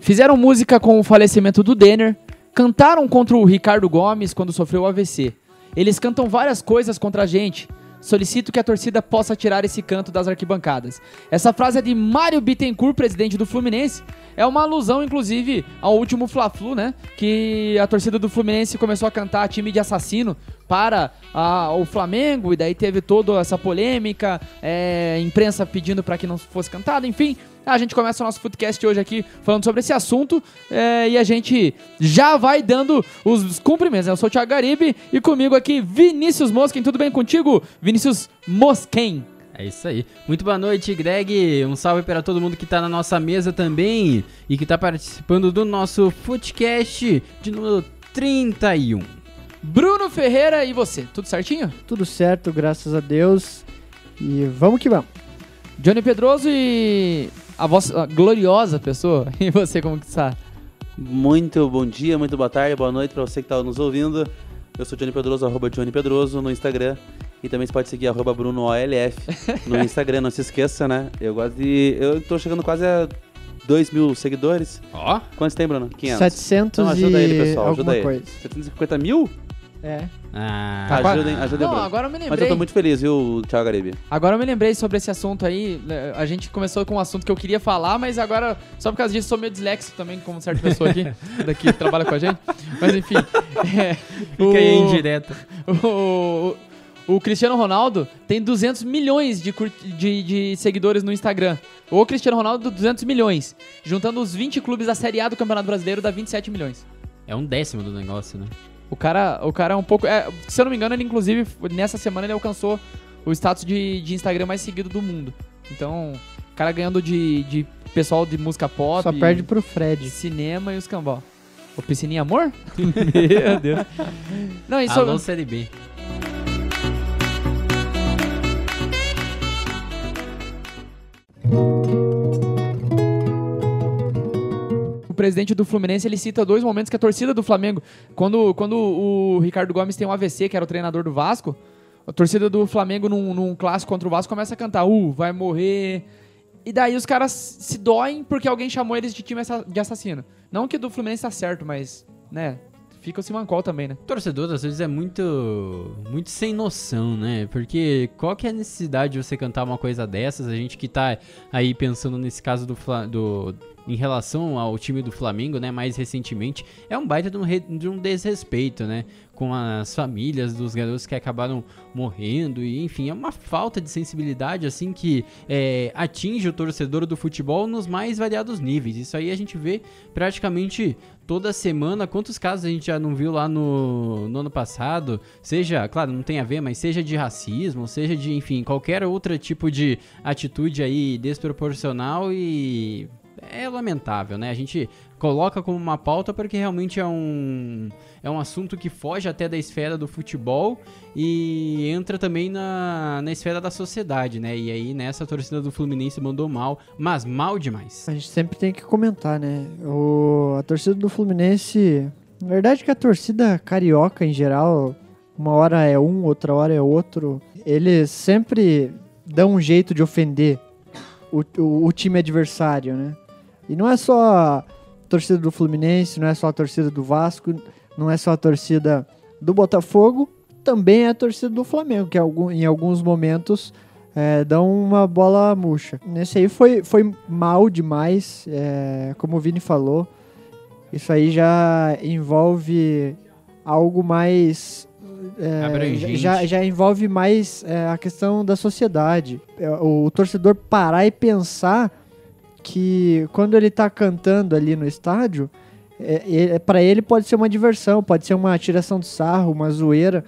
Fizeram música com o falecimento do Denner, cantaram contra o Ricardo Gomes quando sofreu o AVC. Eles cantam várias coisas contra a gente. Solicito que a torcida possa tirar esse canto das arquibancadas. Essa frase é de Mário Bittencourt, presidente do Fluminense. É uma alusão, inclusive, ao último Fla-Flu, né? Que a torcida do Fluminense começou a cantar time de assassino para ah, o Flamengo, e daí teve toda essa polêmica, é, imprensa pedindo para que não fosse cantado, enfim. A gente começa o nosso podcast hoje aqui falando sobre esse assunto é, e a gente já vai dando os cumprimentos. né? Eu sou o Thiago Garibe e comigo aqui Vinícius Mosquen. Tudo bem contigo? Vinícius Mosquen. É isso aí. Muito boa noite, Greg. Um salve para todo mundo que tá na nossa mesa também e que tá participando do nosso podcast de número 31. Bruno Ferreira e você. Tudo certinho? Tudo certo, graças a Deus. E vamos que vamos. Johnny Pedroso e a vossa a gloriosa pessoa. E você, como que tá? está? Muito bom dia, muito boa tarde, boa noite pra você que tá nos ouvindo. Eu sou Johnny Pedroso, arroba Johnny Pedroso no Instagram. E também você pode seguir arroba BrunoOLF no Instagram, não se esqueça, né? Eu gosto de. Eu tô chegando quase a 2 mil seguidores. Ó, Quantos tem, Bruno? 500. 700 Então ajuda e ele, pessoal, ajuda alguma ele. coisa. 750 mil? É. ah, Tá. Ajudem, ajudem o Não, Bruno. agora eu me lembrei. Mas eu tô muito feliz, viu, Thiago Garibe? Agora eu me lembrei sobre esse assunto aí. né, A gente começou com um assunto que eu queria falar, mas agora, só por causa disso, sou meio disléxico também, como certa pessoa aqui, daqui que trabalha com a gente. Mas enfim. É, o- fica aí indireto. o, o- o Cristiano Ronaldo tem 200 milhões de, cur- de- de seguidores no Instagram. O Cristiano Ronaldo, 200 milhões. Juntando os 20 clubes da Série A do Campeonato Brasileiro, dá 27 milhões. É um décimo do negócio, né? O cara, o cara é um pouco. é, se eu não me engano, ele inclusive, nessa semana, ele alcançou o status de, de Instagram mais seguido do mundo. Então, o cara ganhando de, de pessoal de música pop. Só perde pro de Fred. cinema e os cambó. O Piscininha Amor? Meu Deus. Não, isso. Alô, Série B. O presidente do Fluminense ele cita dois momentos que a torcida do Flamengo, quando, quando o Ricardo Gomes tem um AVC, que era o treinador do Vasco, a torcida do Flamengo num, num clássico contra o Vasco começa a cantar: "Uh, vai morrer". E daí os caras se doem porque alguém chamou eles de time assa- de assassino. Não que do Fluminense tá certo, mas, né, fica o Simancol também, né? Torcedor, às vezes, é muito muito sem noção, né? Porque qual que é a necessidade de você cantar uma coisa dessas? A gente que tá aí pensando nesse caso do, Fla- do em relação ao time do Flamengo, né? Mais recentemente, é um baita de um, re- de um desrespeito, né? Com as famílias dos garotos que acabaram morrendo e, enfim, é uma falta de sensibilidade, assim, que é, atinge o torcedor do futebol nos mais variados níveis. Isso aí a gente vê praticamente toda semana. Quantos casos a gente já não viu lá no, no ano passado? Seja, claro, não tem a ver, mas seja de racismo, seja de, enfim, qualquer outro tipo de atitude aí desproporcional e. É lamentável, né? A gente coloca como uma pauta porque realmente é um, é um assunto que foge até da esfera do futebol e entra também na, na esfera da sociedade, né? E aí nessa a torcida do Fluminense mandou mal, mas mal demais. A gente sempre tem que comentar, né? O, a torcida do Fluminense. Na verdade, que a torcida carioca em geral, uma hora é um, outra hora é outro. Eles sempre dão um jeito de ofender o, o, o time adversário, né? E não é só a torcida do Fluminense, não é só a torcida do Vasco, não é só a torcida do Botafogo, também é a torcida do Flamengo, que algum- em alguns momentos é, dão uma bola murcha. Nesse aí foi, foi mal demais, é, como o Vini falou. Isso aí já envolve algo mais. é, Abrangente. já, já envolve mais é, a questão da sociedade. É, O, o torcedor parar e pensar que quando ele tá cantando ali no estádio, é, é, para ele pode ser uma diversão, pode ser uma tiração de sarro, uma zoeira.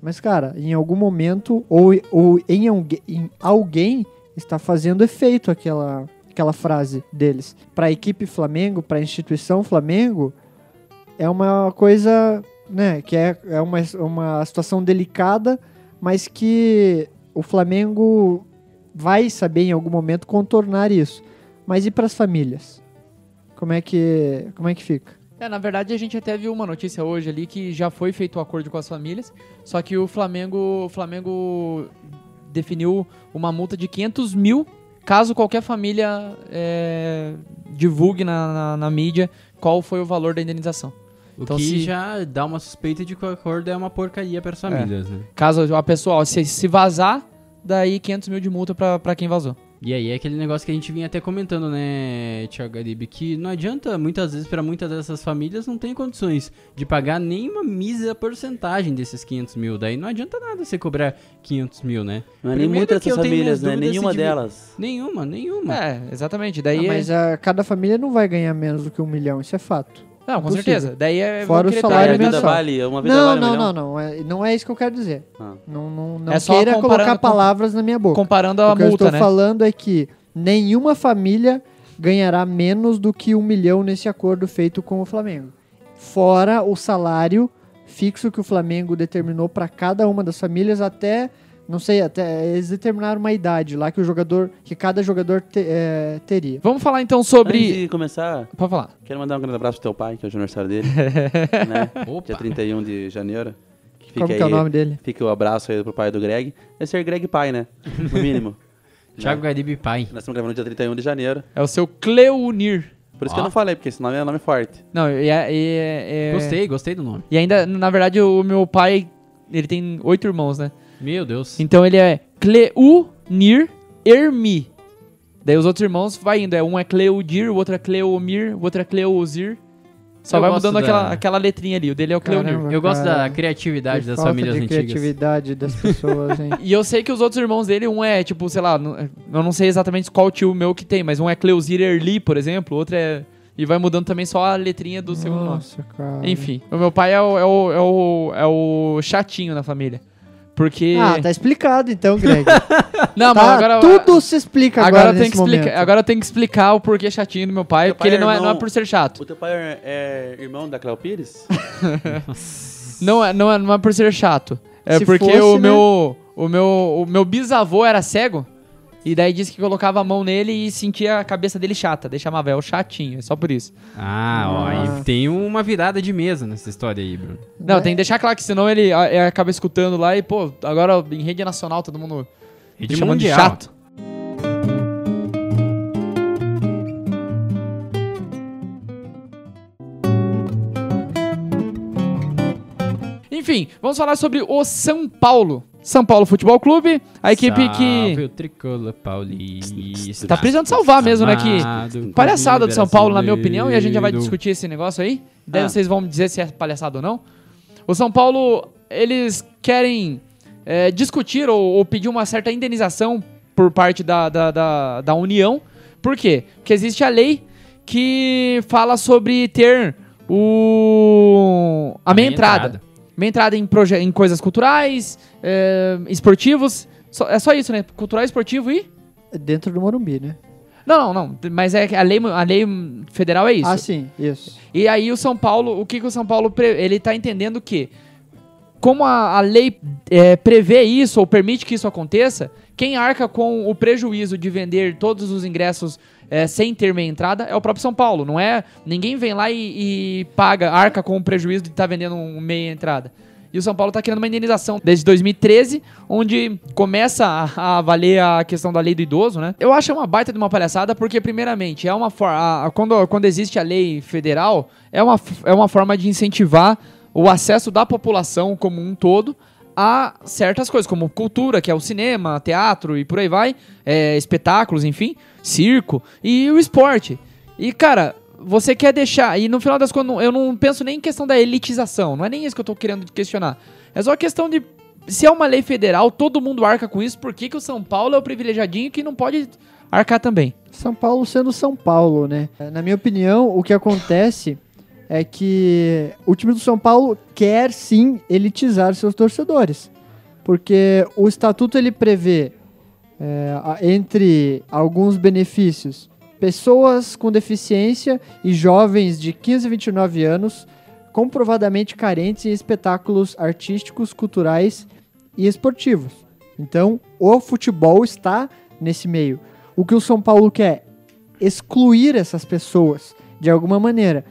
Mas, cara, em algum momento, ou, ou em, algu- em alguém está fazendo efeito aquela, aquela frase deles. Para a equipe Flamengo, para a instituição Flamengo, é uma coisa, né, que é, é uma, uma situação delicada, mas que o Flamengo vai saber em algum momento contornar isso. Mas e para as famílias? Como é que como é que fica? É, na verdade a gente até viu uma notícia hoje ali que já foi feito o acordo com as famílias, só que o Flamengo, o Flamengo definiu uma multa de 500 mil caso qualquer família é, divulgue na, na- na mídia qual foi o valor da indenização. O Então, que se- já dá uma suspeita de que o acordo é uma porcaria para as famílias, né? Caso a pessoa, ó, se, se vazar, daí 500 mil de multa pra, pra quem vazou. E aí é aquele negócio que a gente vinha até comentando, né, Thiago Garibe, que não adianta, muitas vezes, para muitas dessas famílias, não tem condições de pagar nenhuma mísera porcentagem desses 500 mil. Daí não adianta nada você cobrar 500 mil, né? Não é nem Primeiro muitas que eu dessas tenho minhas famílias, né? dúvidas se Nenhuma devia- delas. Nenhuma, nenhuma. É, exatamente. Ah, Daí é- mas ah, cada família não vai ganhar menos do que um milhão, isso é fato. Não, com possível. certeza. Daí é. vão Fora o querer Tá, salário e a pegar- vida mensal. vale, uma vida não, vale um não, não, milhão? não, é- não é isso que eu quero dizer. Ah. Não, não, não É só queira comparando colocar com- palavras na minha boca. Comparando O a que eu estou multa, né? falando é que nenhuma família ganhará menos do que um milhão nesse acordo feito com o Flamengo. Fora o salário fixo que o Flamengo determinou para cada uma das famílias até, não sei, até eles determinaram uma idade lá que o jogador, que cada jogador te- é, teria. Vamos falar então Antes sobre. de começar, Pode falar. quero mandar um grande abraço pro teu pai, que hoje é o aniversário dele. né? Opa. Dia 31 de janeiro. Que fica Como aí, que é o nome dele? Fica o abraço aí pro pai do Greg. Deve ser Greg pai, né? No mínimo. Né? Thiago Garibe pai. Nós estamos gravando dia 31 de janeiro. É o seu Cleunir. Por isso Ó. que eu não falei, porque esse nome é nome forte. Não, e é. e é- é- Gostei, gostei do nome. E ainda, na verdade, o meu pai. Ele tem oito irmãos, né? Meu Deus. Então ele é Cleunir Ermi. Daí os outros irmãos vai indo. É, um é Cleudir, o outro é Cleomir, o outro é Cleozir. Só Eu vai gosto mudando da- aquela, aquela letrinha ali. O dele é o Cleunir. Caramba, Eu gosto Então, cara. da criatividade Que das falta famílias de antigas. criatividade das pessoas, hein? E eu sei que os outros irmãos dele, um é, tipo, sei lá, n- eu não sei exatamente qual tio meu que tem, mas um é Cleuzir Erli, por exemplo, outro é. E vai mudando também só a letrinha do segundo nome. Nossa, cara. Enfim, o meu pai é o, é o, é o, é o chatinho na família. Porque. Ah, tá explicado então, Greg. Não, mas Tá, agora. tudo se explica Agora, agora, eu tenho nesse que explicar, momento. agora eu tenho que explicar o porquê chatinho do meu pai, Meu porque pai ele não é, é não é irmão- por ser chato. O teu pai é, é irmão da Cléo Pires? Não é, não é, não é por ser chato. É Se porque fosse, o, né? meu, o meu. O meu bisavô era cego. E daí disse que colocava a mão nele e sentia a cabeça dele chata. Daí chamava, é o chatinho, é só por isso. Ah, ó, Ah. aí tem uma virada de mesa nessa história aí, Bruno. Não, É. tem que deixar claro que senão ele a- é, acaba escutando lá e, pô, agora em rede nacional todo mundo E me de chamando de mundial. chato. Enfim, vamos falar sobre o São Paulo. São Paulo Futebol Clube, a equipe Salve que. o tricolor paulista. Tá precisando salvar mesmo, né, que- Amado Palhaçada do São Paulo, na minha Uhum. opinião, e a gente já vai brasileiro. discutir esse negócio aí. Daí Ah. vocês vão me dizer se é palhaçada ou não. O São Paulo, eles querem é, discutir ou, ou pedir uma certa indenização por parte da, da, da, da União. Por quê? Porque existe a lei que fala sobre ter o. a meia entrada. Minha entrada em, proje- em coisas culturais, é, esportivos. Só- é só isso, né? Cultural, esportivo e. Dentro do Morumbi, né? Não, não, não. Mas é que a lei, a lei federal é isso. Ah, sim, isso. E aí o São Paulo, o que, que o São Paulo pre- ele tá entendendo que como a, a lei é, prevê isso ou permite que isso aconteça, quem arca com o prejuízo de vender todos os ingressos é, sem ter meia entrada é o próprio São Paulo. Não é ninguém vem lá e, e paga, arca com o prejuízo de estar vendendo um meia entrada. E o São Paulo está querendo uma indenização desde 2013, onde começa a, a valer a questão da lei do idoso, né? Eu acho uma baita de uma palhaçada, porque, primeiramente, é uma forma. Quando, quando existe a lei federal, é uma, f- é uma forma de incentivar o acesso da população como um todo a certas coisas, como cultura, que é o cinema, teatro e por aí vai, é, espetáculos, enfim, circo e o esporte. E, cara, você quer deixar. E no final das contas, eu não penso nem em questão da elitização. Não é nem isso que eu tô querendo questionar. É só questão de. Se é uma lei federal, todo mundo arca com isso, por que, que o São Paulo é o privilegiadinho que não pode arcar também? São Paulo sendo São Paulo, né? É, Na minha opinião, o que acontece é que o time do São Paulo quer sim elitizar seus torcedores. Porque o estatuto ele prevê, é, a- entre alguns benefícios, pessoas com deficiência e jovens de 15 a 29 anos comprovadamente carentes em espetáculos artísticos, culturais e esportivos. Então, o futebol está nesse meio. O que o São Paulo quer? Excluir essas pessoas de alguma maneira.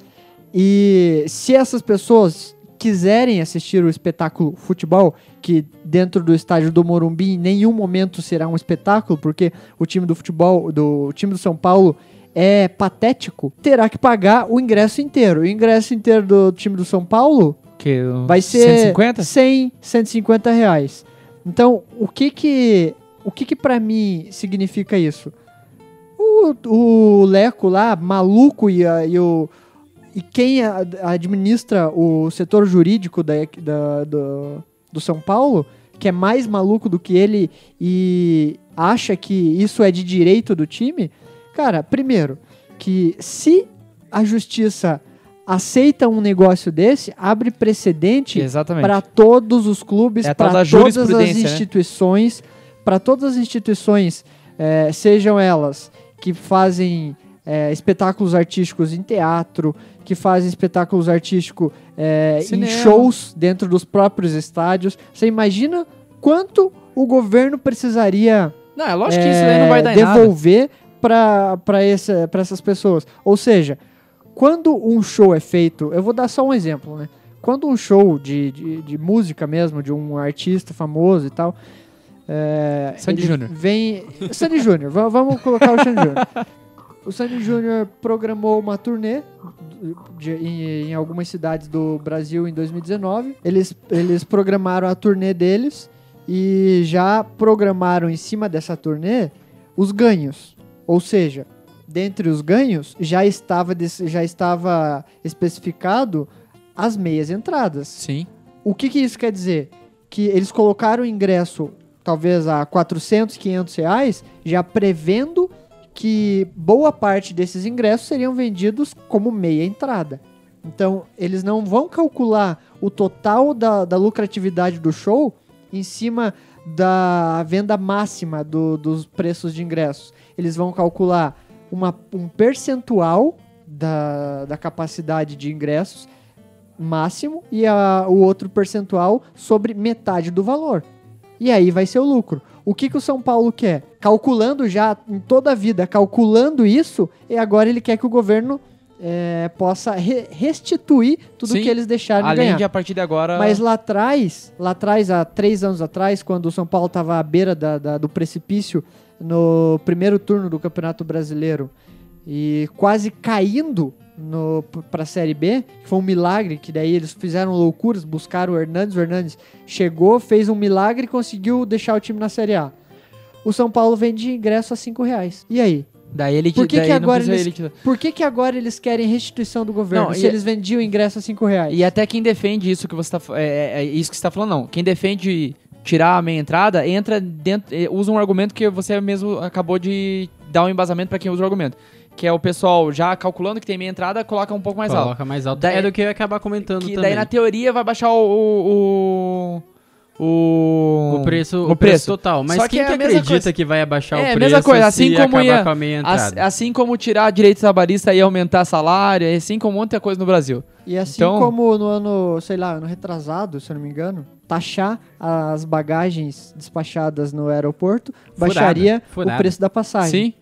E se essas pessoas quiserem assistir o espetáculo futebol, que dentro do estádio do Morumbi em nenhum momento será um espetáculo, porque o time do futebol do o time do São Paulo é patético, terá que pagar o ingresso inteiro. O ingresso inteiro do time do São Paulo Que, um, vai ser 150? 100, 150 reais. Então, o que que, o que que pra mim significa isso? O, o Leco lá, maluco, e, a- e o, e quem a- administra o setor jurídico da, da- do, do São Paulo, que é mais maluco do que ele e acha que isso é de direito do time, cara, primeiro, que se a justiça aceita um negócio desse, abre precedente Exatamente. para todos os clubes, É a tal para da todas as jurisprudência, né? instituições, para todas as instituições, eh, sejam elas que fazem eh, espetáculos artísticos em teatro, que fazem espetáculos artísticos eh, em Cinema. shows dentro dos próprios estádios. Você imagina quanto o governo precisaria Não, é lógico que isso daí não é, vai dar em nada. devolver para essa, pra essas pessoas. Ou seja, quando um show é feito, eu vou dar só um exemplo, né? Quando um show de, de, de música mesmo, de um artista famoso e tal. É, Sandy ele Júnior. Vem. Sandy Júnior, va- vamos colocar o Sandy Júnior. O Sandy Júnior programou uma turnê de- em, em algumas cidades do Brasil em 2019. Eles, eles programaram a turnê deles e já programaram em cima dessa turnê os ganhos. Ou seja, dentre os ganhos já estava, des- já estava especificado as meias entradas. Sim. O que, que isso quer dizer? Que eles colocaram o ingresso, talvez a 400, 500 reais, já prevendo que boa parte desses ingressos seriam vendidos como meia entrada. Então, eles não vão calcular o total da, da lucratividade do show em cima da venda máxima do- dos preços de ingressos. Eles vão calcular uma- um percentual da, da capacidade de ingressos máximo e a- o outro percentual sobre metade do valor. E aí vai ser o lucro. O que, que o São Paulo quer? Calculando já em toda a vida, calculando isso, e agora ele quer que o governo eh, possa re- restituir tudo Sim. que eles deixaram de Além ganhar. de a partir de agora. Mas lá atrás, lá atrás, há três anos atrás, quando o São Paulo estava à beira da- da- do precipício no primeiro turno do Campeonato Brasileiro e quase caindo para a Série B, que foi um milagre, que daí eles fizeram loucuras, buscaram o Hernandes, o Hernandes chegou, fez um milagre e conseguiu deixar o time na Série A. O São Paulo vende ingresso a cinco reais. E aí? Daí ele Por que daí que não agora precisa eles- ele- Por que, que agora eles querem restituição do governo Não, se e- eles vendiam ingresso a cinco reais? E até quem defende isso que você tá. fa- É, é- é isso que você tá falando, não. Quem defende tirar a meia entrada, entra dentro. eh, Usa um argumento que você mesmo acabou de dar um embasamento pra quem usa o argumento. Que é o pessoal já calculando que tem meia entrada, coloca um pouco mais alto. Coloca mais alto. Daí- é do que eu ia acabar comentando Que também. daí na teoria vai baixar o. O. O, O preço, o o preço, preço. total. Mas Só que quem é que a mesma acredita coisa. que vai abaixar É, o a preço mesmo coisa, se assim como acabar ia- com a meia As- entrada? assim como tirar direito trabalhista e aumentar salário, assim como muita coisa no Brasil. E assim Então- como no ano, sei lá, ano retrasado, se eu não me engano, taxar as bagagens despachadas no aeroporto baixaria furada. o preço da passagem. Sim?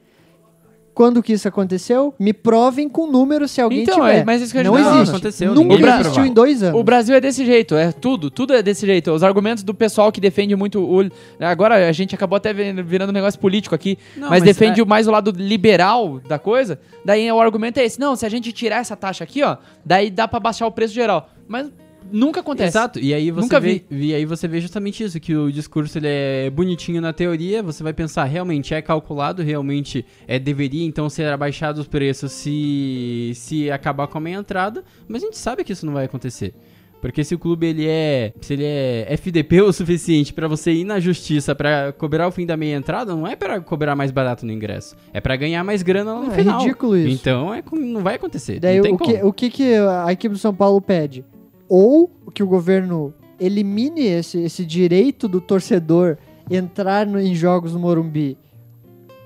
Quando que isso aconteceu? Me provem com números se alguém Então, tiver. é, mas isso que a gente não tá falando. existe. Aconteceu, Nunca ninguém vai existiu provar. em dois anos. O Brasil é desse jeito, é tudo, tudo é desse jeito. Os argumentos do pessoal que defende muito o. Agora a gente acabou até vi- virando um negócio político aqui, Não, mas, mas defende é- mais o lado liberal da coisa. Daí o argumento é esse: não, se a gente tirar essa taxa aqui, ó, daí dá pra baixar o preço geral. Mas nunca acontece. Exato, e aí você Nunca vê, e aí você vê justamente isso, que o discurso ele é bonitinho na teoria, você vai pensar, realmente é calculado, realmente é deveria então ser abaixado os preços se se acabar com a meia entrada, mas a gente sabe que isso não vai acontecer. Porque se o clube ele é, se ele é FDP o suficiente pra você ir na justiça pra cobrar o fim da meia entrada, não é pra cobrar mais barato no ingresso, é pra ganhar mais grana lá no É final. ridículo isso. Então é, com- não vai acontecer. Daí, não tem o, como. que, é o que, que a equipe do São Paulo pede? Ou que o governo elimine esse, esse direito do torcedor entrar no- em jogos no Morumbi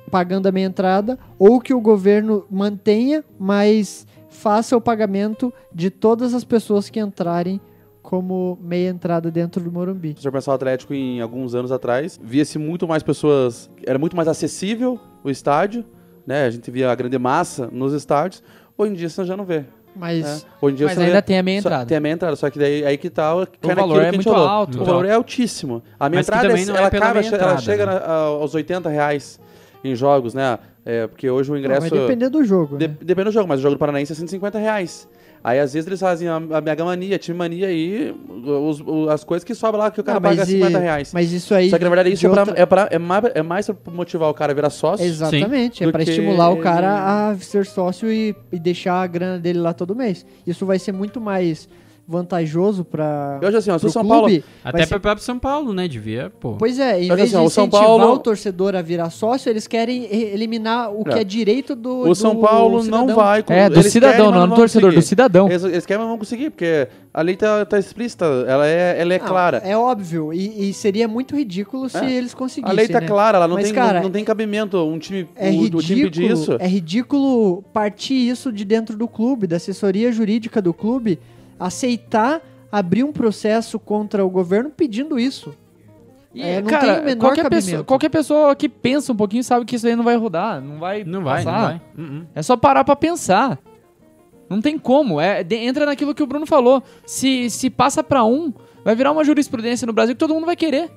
pagando a meia entrada, ou que o governo mantenha, mas faça o pagamento de todas as pessoas que entrarem como meia entrada dentro do Morumbi. Se você pensar o Atlético em alguns anos atrás, via-se muito mais pessoas. Era muito mais acessível o estádio, né? A gente via a grande massa nos estádios. Hoje em dia você já não vê. Mas né? Hoje em dia Mas você ainda vê- tem a meia só- entrada. Tem a meia entrada, só que daí aí que tá. O cai naquilo valor que a é gente muito falou. alto. O valor é altíssimo. A minha Mas que entrada, também não é ela, pela acaba, meia ela entrada, chega né? na- aos 80 reais em jogos, né? É, porque hoje o Não, ingresso. vai depender do jogo. De- né? Depende do jogo, mas o jogo do Paranaense é 150 reais. Aí às vezes eles fazem a, a Mega Mania, a Time Mania e os- o- as coisas que sobram lá que o cara Ah, paga mas e- 50 reais. Mas isso aí. Só que na verdade isso de é, pra- outra- é pra- é mais, é mais pra motivar o cara a virar sócio. Exatamente, do é pra que- estimular o cara a ser sócio e, e deixar a grana dele lá todo mês. Isso vai ser muito mais vantajoso pra. E hoje assim, ó, se pro o São Paulo. clube. Até Vai pra próprio São Paulo, né? Devia, pô. Pois é, em Mas, vez assim, ó, de o São incentivar Paulo- o torcedor a virar sócio, eles querem e- eliminar o que É. é direito do. O São do Paulo cidadão. não vai. É, do eles querem, cidadão, não mas vão do torcedor, do conseguir. cidadão. Eles, eles querem, mas não vão conseguir, porque a lei tá, tá explícita, ela é, ela é Não, clara. É óbvio, e, e seria muito ridículo se É. eles conseguissem. a lei tá né? clara, ela não, Mas, tem, cara, não tem cabimento. Um time, É o, o time ridículo, pedir isso. é ridículo partir isso de dentro do clube, da assessoria jurídica do clube, aceitar abrir um processo contra o governo pedindo isso. E, É, não cara, tem o menor qualquer cabimento. pessoa, qualquer pessoa que pensa um pouquinho sabe que isso aí não vai rodar, não vai Não vai, não passar. vai. Uhum. É só parar pra pensar. Não tem como. É, de- entra naquilo que o Bruno falou. Se, se passa pra um, vai virar uma jurisprudência no Brasil que todo mundo vai querer.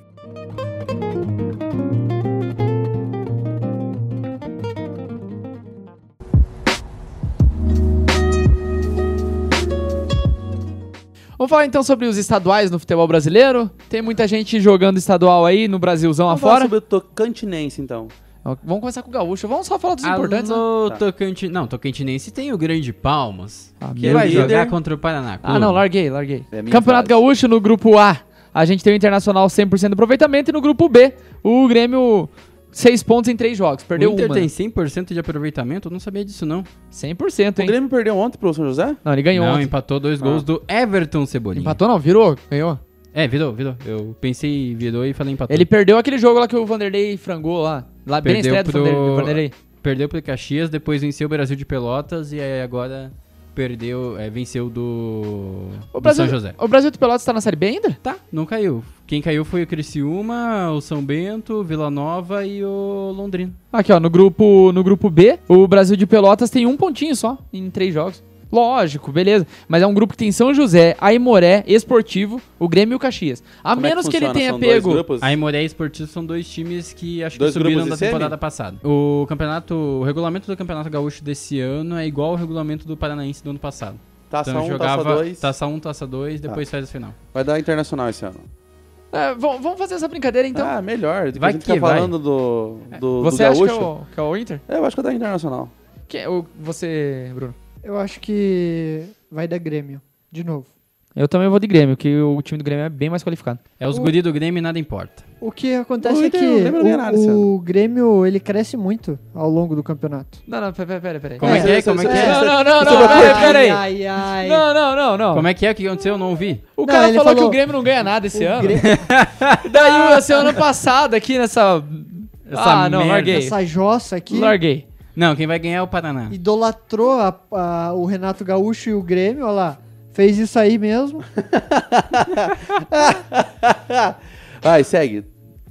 Vamos falar então sobre os estaduais no futebol brasileiro. Tem muita gente jogando estadual aí no Brasilzão Vamos falar afora. sobre o Tocantinense, então. Ó, Vamos começar com o Gaúcho. Vamos só falar dos importantes. né? Alô, Tá. Tocantins. Não, Tocantinense tem o Grande Palmas. Ah, que meu vai líder. jogar contra o Paraná. Ah, não, larguei, larguei. É a minha Campeonato frase. Gaúcho no grupo A, a gente tem o Internacional 100% de aproveitamento e no grupo B, o Grêmio 6 pontos em 3 jogos, O perdeu Inter uma. né? tem 100% de aproveitamento? Eu não sabia disso, não. 100%, O hein? Grêmio perdeu ontem pro São José? Não, ele ganhou não, ontem. empatou dois Ah. gols do Everton Cebolinha. Empatou não, virou, ganhou. É, virou, virou. Eu pensei, virou e falei empatou. Ele perdeu aquele jogo lá que o Vanderlei frangou lá, lá bem na Perdeu estreia do pro- Vander- do Vanderlei. perdeu pro Caxias, depois venceu o Brasil de Pelotas e aí agora perdeu, é, venceu do, O do Brasil, São José. o Brasil de Pelotas tá na Série B ainda? Tá, não caiu. Quem caiu foi o Criciúma, o São Bento, o Vila Nova e o Londrina. Aqui ó, no grupo, no grupo B, o Brasil de Pelotas tem um pontinho só em três jogos. Lógico, beleza. Mas é um grupo que tem São José, Aimoré, Esportivo, o Grêmio e o Caxias. A Como é menos que, ele funciona? tenha São dois pego. grupos? A Imoré e Esportivo são dois times que acho que Dois subiram grupos da de semi? temporada passada. O campeonato, o regulamento do Campeonato Gaúcho desse ano é igual ao regulamento do Paranaense do ano passado. Então, Taça 1, jogava tá- taça Tá. 2. taça 1, taça 2, depois faz a final. tá Vai dar internacional esse ano. É, v- vamos fazer essa brincadeira então. ah, melhor. Do que vai a gente que tá vai. falando do, do, você do acha que é, gaúcho. o, que é o Inter? É, Eu acho que vai dar internacional. Que é o- você, Bruno? Eu acho que vai dar Grêmio, de novo. Eu também vou de Grêmio, que o time do Grêmio é bem mais qualificado. É os guri do Grêmio e nada importa. O que acontece O é Inter- que o Grêmio não ganha nada esse o, o Grêmio ele cresce muito ao longo do campeonato. Não, não, pera, pera, pera. Como é, É, que é? Como é que é? Não, não, não, Isso não, é uma pera, pera aí. Ai, ai, ai. Não, não, não, não. Como é que é? O que aconteceu? Eu não ouvi. O Não, cara ele falou, que falou- o Grêmio não ganha nada esse O ano. Grêmio- Daí, o semana passada, aqui nessa. Essa ah, não, merda. larguei. Essa jossa aqui Larguei. Não, quem vai ganhar é o Paraná. idolatrou a- a- o Renato Gaúcho e o Grêmio, olha lá. Fez isso aí mesmo. Vai, segue.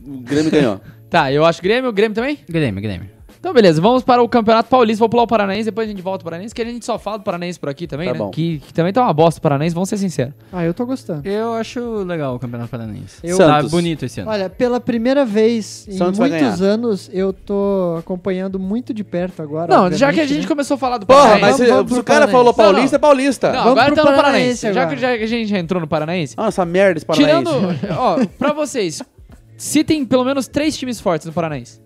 O Grêmio ganhou. Tá, eu acho Grêmio, Grêmio também? Grêmio, Grêmio. Então, beleza, vamos para o Campeonato Paulista. Vou pular o Paranaense, depois a gente volta ao Paranaense, que a gente só fala do Paranaense por aqui também, Tá né? bom. Que, que também tá uma bosta o Paranaense, vamos ser sinceros. Ah, eu tô gostando. Eu acho legal o Campeonato Paranaense. Eu- Tá Santos. bonito esse ano. Olha, pela primeira vez em Santos vai muitos ganhar. anos, eu tô acompanhando muito de perto agora. Não, já que a obviamente, gente né? começou a falar do Porra, Paranaense. mas vamos- se, vamos se o pro cara Paranaense. falou Não, não. paulista, é paulista. Não, vamos agora pro tá no Paranaense. Paranaense Já, que, agora. já que a gente já entrou no Paranaense. Ah, essa merda esse paranaense. tirando. ó, pra vocês, citem pelo menos três times fortes no Paranaense.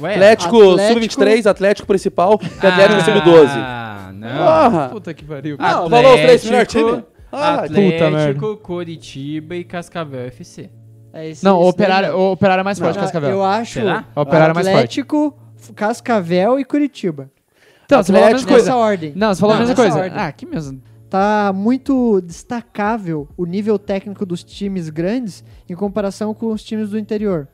Ué, Atlético, É, Atlético- Sub-23, Atlético principal e Atlético Sub-12. Ah, não. Porra! Puta que pariu. Ah, falou os três melhores times. Ah, puta merda. Atlético, Curitiba e Cascavel FC. É esse- não, o esse operário, daí. o operário é mais forte, Não, Cascavel. Eu acho Será? O Operário é mais forte. Atlético, F- Cascavel e Curitiba. Então, você falou a mesma Atlético- coisa. Nessa ordem. Não, você falou a Não, mesma nessa coisa. ordem. Ah, que mesmo. Tá muito destacável o nível técnico dos times grandes em comparação com os times do interior.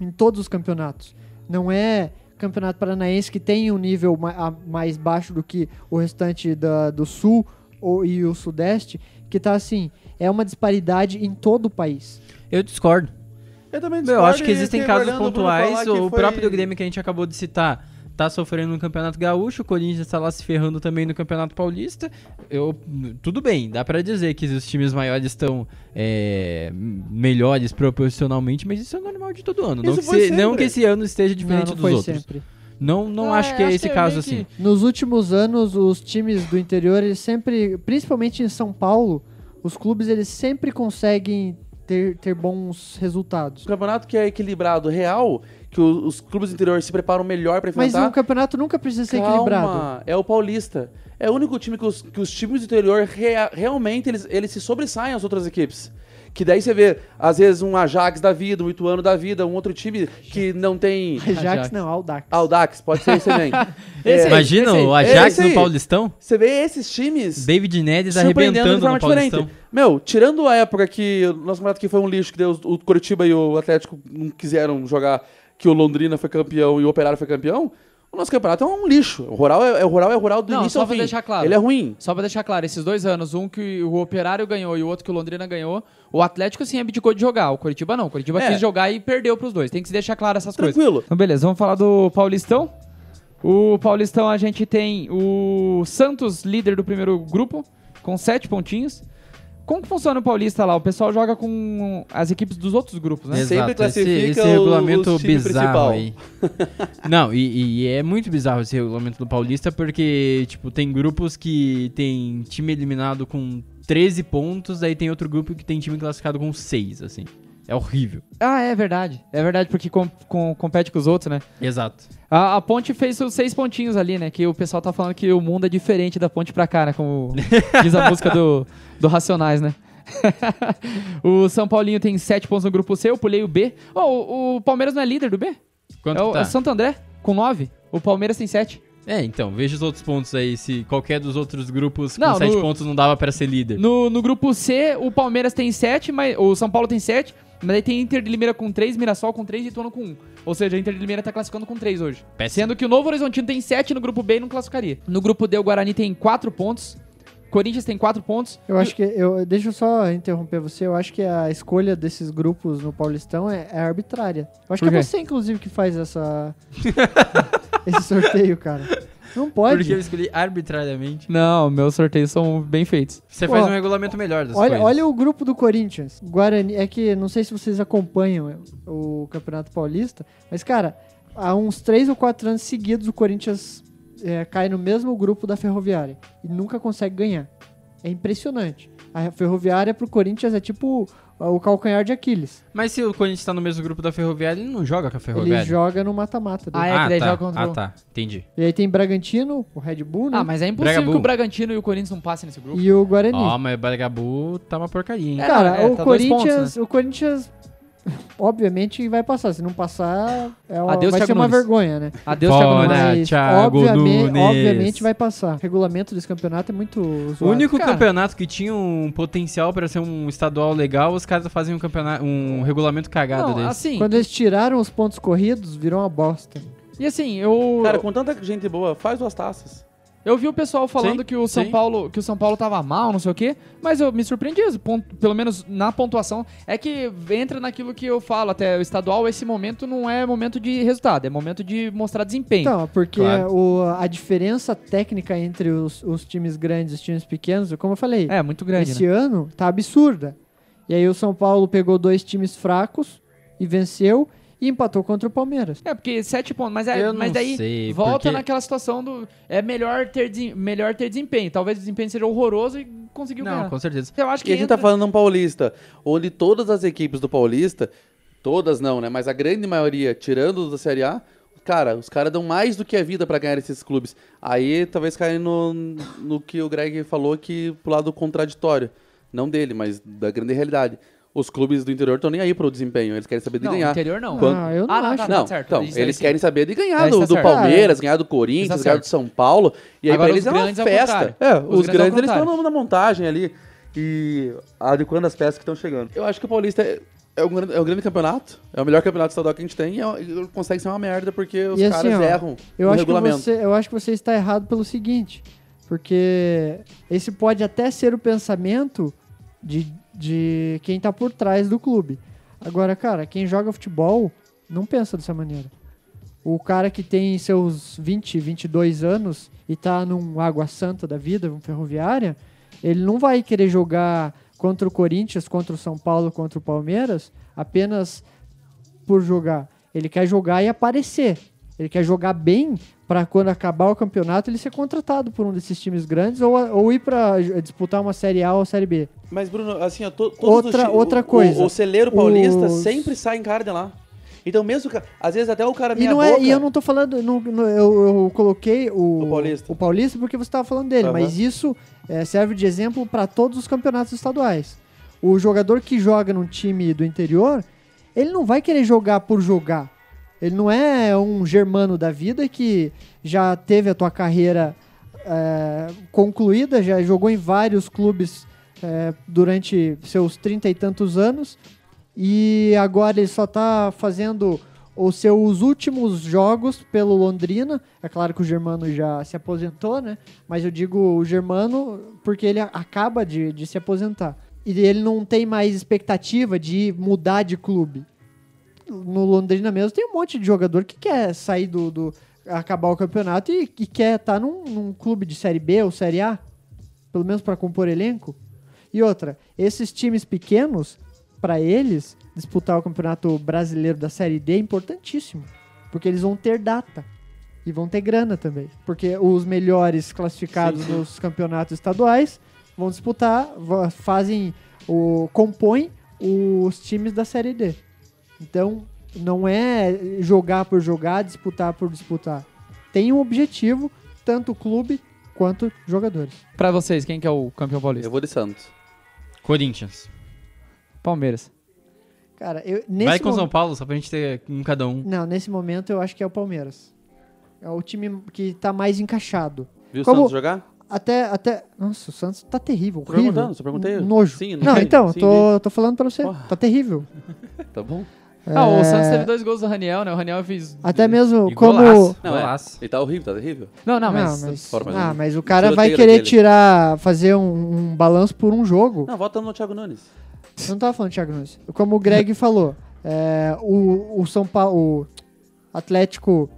Em todos os campeonatos. Não é campeonato paranaense que tem um nível ma- a- mais baixo do que o restante da- do sul ou, e o sudeste, que tá assim, é uma disparidade em todo o país. Eu discordo. Eu também Eu discordo acho que e existem fiquei casos guardando o Bruno falar pontuais. que O foi- próprio do Grêmio que a gente acabou de citar tá sofrendo no Campeonato Gaúcho, o Corinthians tá lá se ferrando também no Campeonato Paulista. Eu, tudo bem, dá pra dizer que os times maiores estão é, melhores proporcionalmente, mas isso é normal de todo ano. não Isso que, foi se- não sempre. que esse ano esteja diferente não dos foi outros. sempre. Não, não, Não, acho é, que é acho esse que é caso, meio que- assim. Nos últimos anos, os times do interior, eles sempre, principalmente em São Paulo, os clubes eles sempre conseguem ter, ter bons resultados. Um campeonato que é equilibrado, real, que o- os clubes do interior se preparam melhor pra Mas enfrentar. o campeonato nunca precisa ser Calma, equilibrado. É o Paulista. É o único time que os, que os times do interior rea- realmente eles, eles se sobressaem às outras equipes. Que daí você vê, às vezes, um Ajax da vida, um Ituano da vida, um outro time que não tem. Ajax Ajax. não, Aldax. Audax, pode ser esse também. Esse aí, Imagina esse aí. o Ajax Esse aí. no Paulistão, Você vê esses times David Neres surpreendendo de arrebentando forma no Paulistão. diferente. Meu, tirando a época que o nosso campeonato aqui foi um lixo, que deu o Curitiba e o Atlético não quiseram jogar, que o Londrina foi campeão e o Operário foi campeão, o nosso campeonato é um lixo. O Rural é, é o Rural, é o Rural do Não, início só ao pra fim. deixar claro. Ele é ruim. Só pra deixar claro, esses dois anos, um que o Operário ganhou e o outro que o Londrina ganhou, o Atlético sim abdicou de jogar, o Curitiba não. O Curitiba É. quis jogar e perdeu pros dois. Tem que se deixar claro essas coisas. Tranquilo. Então, beleza, vamos falar do Paulistão. O Paulistão a gente tem o Santos, líder do primeiro grupo, com sete pontinhos. Como que funciona o Paulista lá? O pessoal joga com as equipes dos outros grupos, né? Sim. Sempre Exato, esse- classifica esse, o- regulamento os time bizarro principal. aí. Não, e, e é muito bizarro esse regulamento do Paulista, porque, tipo, tem grupos que tem time eliminado com 13 pontos, aí tem outro grupo que tem time classificado com 6, assim. É horrível. Ah, é verdade. É verdade, porque com- com- compete com os outros, né? Exato. A, a ponte fez os seis pontinhos ali, né? Que o pessoal tá falando que o mundo é diferente da ponte pra cá, né? Como diz a música do, do Racionais, né? o São Paulinho tem sete pontos no grupo C, eu pulei o B. Ô, o, o Palmeiras não é líder do B? Quanto é, o, que tá? é o Santo André, com nove. O Palmeiras tem sete. É, então, veja os outros pontos aí, se qualquer dos outros grupos com Não, 7 no- pontos não dava pra ser líder. No, no grupo C, o Palmeiras tem sete, mas o São Paulo tem sete. Mas aí tem Inter de Limeira com três, Mirassol com três e Ituano com um. Ou seja, Inter de Limeira tá classificando com três hoje. Péssimo. Sendo que o Novo Horizontino tem 7 no grupo B e não classificaria. No grupo D, o Guarani tem 4 pontos. Corinthians tem 4 pontos. Eu acho que. Eu, deixa eu só interromper você. Eu acho que a escolha desses grupos no Paulistão é, é arbitrária. Eu acho Por que é quê? você, inclusive, que faz essa. esse sorteio, cara. Não pode. Porque eu escolhi arbitrariamente. Não, meus sorteios são bem feitos. Você Pô, faz um regulamento melhor das Olha, coisas. olha o grupo do Corinthians. Guarani. É que não sei se vocês acompanham é, o Campeonato Paulista, mas, cara, há uns três ou quatro anos seguidos o Corinthians é, cai no mesmo grupo da Ferroviária e nunca consegue ganhar. É impressionante. A Ferroviária pro Corinthians é tipo o calcanhar de Aquiles. Mas se o Corinthians tá no mesmo grupo da Ferroviária, ele não joga com a Ele Ferroviária. né? joga no mata-mata. dele. Ah, é, que daí tá. joga contra ah, o- tá. Entendi. E aí tem Bragantino, o Red Bull, né? Ah, mas é impossível Bragabu. que o Bragantino e o Corinthians não passem nesse grupo. E o Guarani. Ó, mas o Bragabu tá uma porcaria, hein? É, Cara, não, é, o, tá dois Corinthians, pontos, o Corinthians, obviamente, vai passar. Se não passar, é uma- Adeus, vai Thiago ser uma Nunes. vergonha, né? Adeus, Fora. Thiago Nunes. Olha, Thiago obviamente, Nunes. obviamente vai passar. O regulamento desse campeonato é muito O zoado. único Cara. campeonato que tinha um potencial pra ser um estadual legal, os caras fazem um campeonato, um regulamento cagado Não, desse. assim, Quando eles tiraram os pontos corridos, virou uma bosta. e assim, eu, Cara, com tanta gente boa, faz duas taças. eu vi o pessoal falando Sim, que, o São sim. Paulo, que o São Paulo tava mal, não sei o quê, mas eu me surpreendi, pon- pelo menos na pontuação. É que entra naquilo que eu falo, até o estadual, esse momento não é momento de resultado, é momento de mostrar desempenho. Então, porque Claro. o- a diferença técnica entre os, os times grandes e os times pequenos, como eu falei, é, muito grande, esse ano tá absurda. E aí o São Paulo pegou dois times fracos e venceu e empatou contra o Palmeiras. É, porque sete pontos. Mas, é, Eu mas não daí sei, volta porque- naquela situação do. É melhor ter, desem- melhor ter desempenho. Talvez o desempenho seja horroroso e conseguiu Não, ganhar. com certeza. Eu acho que. E a gente entra- tá falando de um paulista, onde todas as equipes do paulista, todas não, né? Mas a grande maioria, tirando da Série A, cara, os caras dão mais do que a vida pra ganhar esses clubes. Aí talvez caia no, no que o Greg falou, que pro lado contraditório. Não dele, mas da grande realidade. Os clubes do interior estão nem aí pro desempenho, eles querem saber de Não, ganhar. interior não. Quando- Ah, eu não Ah, acho. tá, Não, certo. então, Isso aí eles sim. querem saber de Ah, ganhar isso do, tá do certo. Palmeiras, ganhar do Corinthians, Isso tá ganhar do certo. São Paulo. E aí Agora pra os eles é uma grandes ao festa. contrário. Os É, os, grandes ao grandes eles contrário. estão na montagem ali e adequando as peças que estão chegando. Eu acho que o Paulista é, é um, grande, é um grande campeonato, é o melhor campeonato estadual que a gente tem e é um- e consegue ser uma merda porque os E assim, caras ó, erram Eu no acho, que regulamento. você, eu acho que você está errado pelo seguinte, porque esse pode até ser o pensamento de, de quem está por trás do clube. Agora, cara, quem joga futebol não pensa dessa maneira. O cara que tem seus 20, 22 anos e tá num Água Santa da vida, num Ferroviária, ele não vai querer jogar contra o Corinthians, contra o São Paulo, contra o Palmeiras, apenas por jogar. Ele quer jogar e aparecer. Ele quer jogar bem para quando acabar o campeonato ele ser contratado por um desses times grandes ou, ou ir para disputar uma Série A ou Série B. Mas, Bruno, assim, ó, to, todos Outra- ti- outra o- coisa. O, o celeiro paulista Os- sempre sai em carne lá. Então, mesmo que. Às vezes até o cara E, meia não boca. é, e eu não tô falando. não- não- eu, eu coloquei o, O Paulista. Paulista porque você tava falando dele, Aham. mas isso é, serve de exemplo para todos os campeonatos estaduais. O jogador que joga num time do interior, ele não vai querer jogar por jogar. Ele não é um germano da vida que já teve a tua carreira é, concluída, já jogou em vários clubes é, durante seus trinta e tantos anos e agora ele só tá fazendo os seus últimos jogos pelo Londrina. É claro que o Germano já se aposentou, né? Mas eu digo o Germano porque ele a- acaba de, de se aposentar. E ele não tem mais expectativa de mudar de clube. No Londrina mesmo tem um monte de jogador que quer sair do. do- acabar o campeonato e, e quer estar num, num clube de Série B ou Série A. Pelo menos para compor elenco. E outra, esses times pequenos, para eles, disputar o Campeonato Brasileiro da Série D é importantíssimo. Porque eles vão ter data. E vão ter grana também. Porque os melhores classificados nos campeonatos estaduais vão disputar, va- fazem o. compõem os times da Série D. Então, não é jogar por jogar, disputar por disputar. Tem um objetivo, tanto o clube quanto jogadores. Pra vocês, quem que é o campeão paulista? Eu vou de Santos. Corinthians. Palmeiras. Cara, eu, nesse Vai com momento- São Paulo, só pra gente ter um cada um. Não, nesse momento eu acho que é o Palmeiras. É o time que tá mais encaixado. Viu Como- o Santos jogar? Até, até... Nossa, o Santos tá terrível, Tô horrível. perguntando, só perguntei. Um Nojo. Sim, não, vi. então, Sim, tô, tô falando pra você. Porra. Tá terrível. vi. Tá bom. Ah, É, o Santos teve dois gols do Raniel, né? O Raniel fez. Até mesmo E como... golaço, Não, é. golaço. Ele tá horrível, tá terrível. Não, não, Ah, mas. mas, Fora, mas ah, um- mas o um cara vai tiroteio querer daquele. tirar, fazer um, um balanço por um jogo. Não, vota no Thiago Nunes. Eu não tava falando Thiago Nunes. Como o Greg falou, é, o, o São Paulo, o Atlético,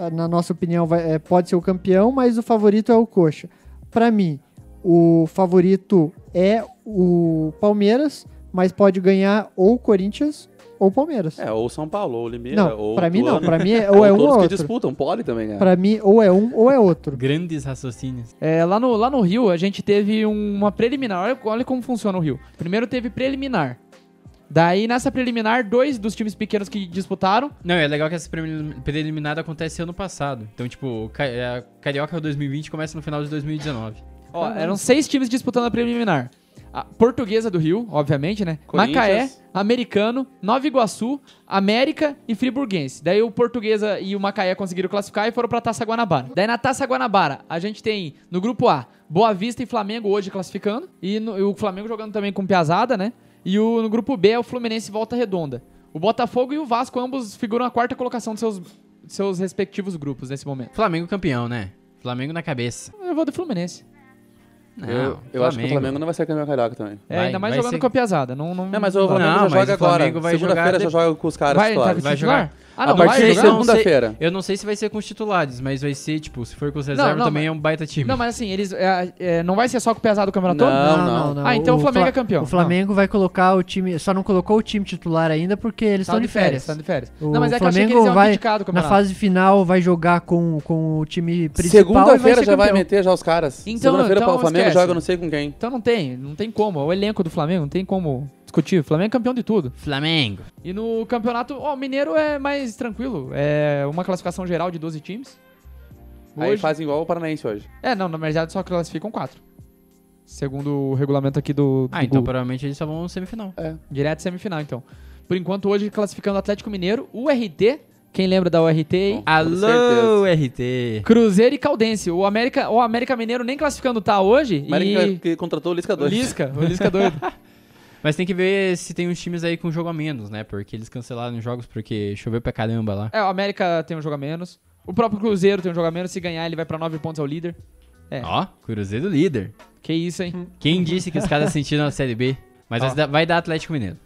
ah, na nossa opinião, vai- é, pode ser o campeão, mas o favorito é o Coxa. Pra mim, o favorito é o Palmeiras, mas pode ganhar ou o Corinthians ou o Palmeiras. É, ou São Paulo, ou Limeira, não, ou pra mim não. Tuano. Pra mim é, ou é um todos ou que outro. disputam, pode também, né? Pra mim, ou é um ou é outro. Grandes raciocínios. É, lá, no, lá no Rio, a gente teve um, uma preliminar. Olha, olha como funciona o Rio. Primeiro teve preliminar. Daí, nessa preliminar, dois dos times pequenos que disputaram. Não, é legal que essa prelim- preliminar acontece ano passado. Então, tipo, o Ca- a Carioca 2020 começa no final de 2019. Ó, eram seis times disputando a preliminar. A Portuguesa do Rio, obviamente, né? Corinthians. Macaé, Americano, Nova Iguaçu, América e Friburguense. Daí o Portuguesa e o Macaé conseguiram classificar e foram pra Taça Guanabara. Daí na Taça Guanabara, a gente tem no grupo A, Boa Vista e Flamengo hoje classificando. E, no- e o Flamengo jogando também com Piazada, né? E o, no grupo B é o Fluminense e Volta Redonda. O Botafogo e o Vasco ambos figuram a quarta colocação de seus, de seus respectivos grupos nesse momento. Flamengo campeão, né? Flamengo na cabeça. Eu vou do Fluminense. Não, eu eu acho que o Flamengo não vai ser campeão carioca também. É, Vai- ainda mais vai jogando ser- com a Piazada. Não, não, Não, mas o Flamengo Não, já mas joga o Flamengo agora. vai Segunda-feira jogar já joga com os caras vai, tá com titulares. o Vai titular? jogar. Ah, não, a partir vai de jogar. Não, sei- segunda-feira. Eu não sei se vai ser com os titulares, mas vai ser, tipo, se for com os reservas não, também mas- é um baita time. Não, mas assim, eles. é, é, não vai ser só com o pesado do campeonato todo? Não, não. Ah, então o Flamengo Fla- é campeão. O Flamengo vai colocar o time. Só não colocou o time titular ainda porque eles Tá estão de férias. Tá de férias. O não, mas é que eu achei que Flamengo eles iam vai criticar do Na campeonato. fase final vai jogar com, com o time principal. Segunda-feira e vai já vai ser campeão. meter já os caras. Então, Segunda-feira então o Flamengo esquece. joga não sei com quem. Então não tem, não tem como. O elenco do Flamengo não tem como discutir. O Flamengo é campeão de tudo. Flamengo. E no campeonato, ó, o Mineiro é mais tranquilo. É uma classificação geral de 12 times. Aí Hoje- fazem igual o Paranaense hoje. É, não, na verdade só classificam quatro. Segundo o regulamento aqui do, do Ah, então Google. provavelmente eles só vão no semifinal. É. Direto semifinal, então. Por enquanto, hoje classificando o Atlético Mineiro, o RT. Quem lembra da URT aí? Alô, RT. Cruzeiro e Caldense. O América, o América Mineiro nem classificando tá hoje. Mas ele e... que contratou o Lisca O 2. Lisca, o Lisca doido. Mas tem que ver se tem uns times aí com jogo a menos, né? Porque eles cancelaram jogos porque choveu pra caramba lá. É, o América tem um jogo a menos. O próprio Cruzeiro tem um jogo a menos. Se ganhar, ele vai pra 9 pontos ao líder. É. Ó, Cruzeiro líder. Que isso, hein? Quem disse que os caras sentiram a Série B? Mas Ó. vai dar- vai dar Atlético Mineiro.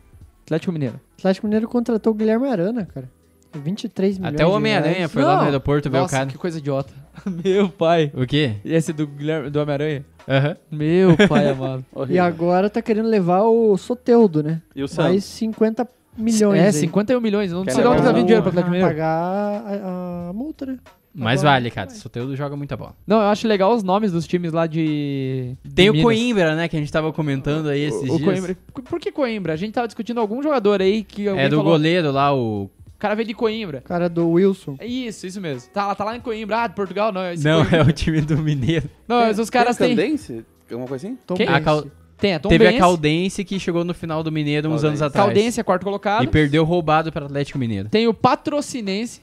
Atlético Mineiro. Atlético Mineiro contratou o Guilherme Arana, cara. 23 milhões. Até o de Homem-Aranha reais. foi lá no aeroporto ver o Nossa, cara. que coisa idiota. Meu pai. O quê? E esse do, Guilherme- do Homem-Aranha? Aham. Tá Meu pai amado. E agora tá querendo levar o Soteudo, né? E o Santos? Mais 50 milhões. É, aí. 51 milhões. Não Quer sei de onde tá levar um vindo o- dinheiro pra Atlético Ah, Mineiro. pagar a, a multa, né? Mas Agora vale, cara. vai. Soteudo joga muita bola. Não, eu acho legal os nomes dos times lá de. Tem de o Minas. Coimbra, né? Que a gente tava comentando aí esses O dias. Coimbra. Por que Coimbra? A gente tava discutindo algum jogador aí que alguém É do falou, goleiro lá, o. O cara veio de Coimbra. O cara do Wilson. É Isso, isso mesmo. Tá, lá- tá lá em Coimbra. Ah, de Portugal não. É esse Não, Coimbra. é o time do Mineiro. Não, mas os caras Tem têm. Caldense? Alguma coisa assim? Tom Quem? A Bense. Cal- Tem, a Tom Teve Benz, a Caldense que chegou no final do Mineiro uns anos Caldense. atrás. Caldense é quarto colocado. E perdeu roubado para Atlético Mineiro. Tem o Patrocinense.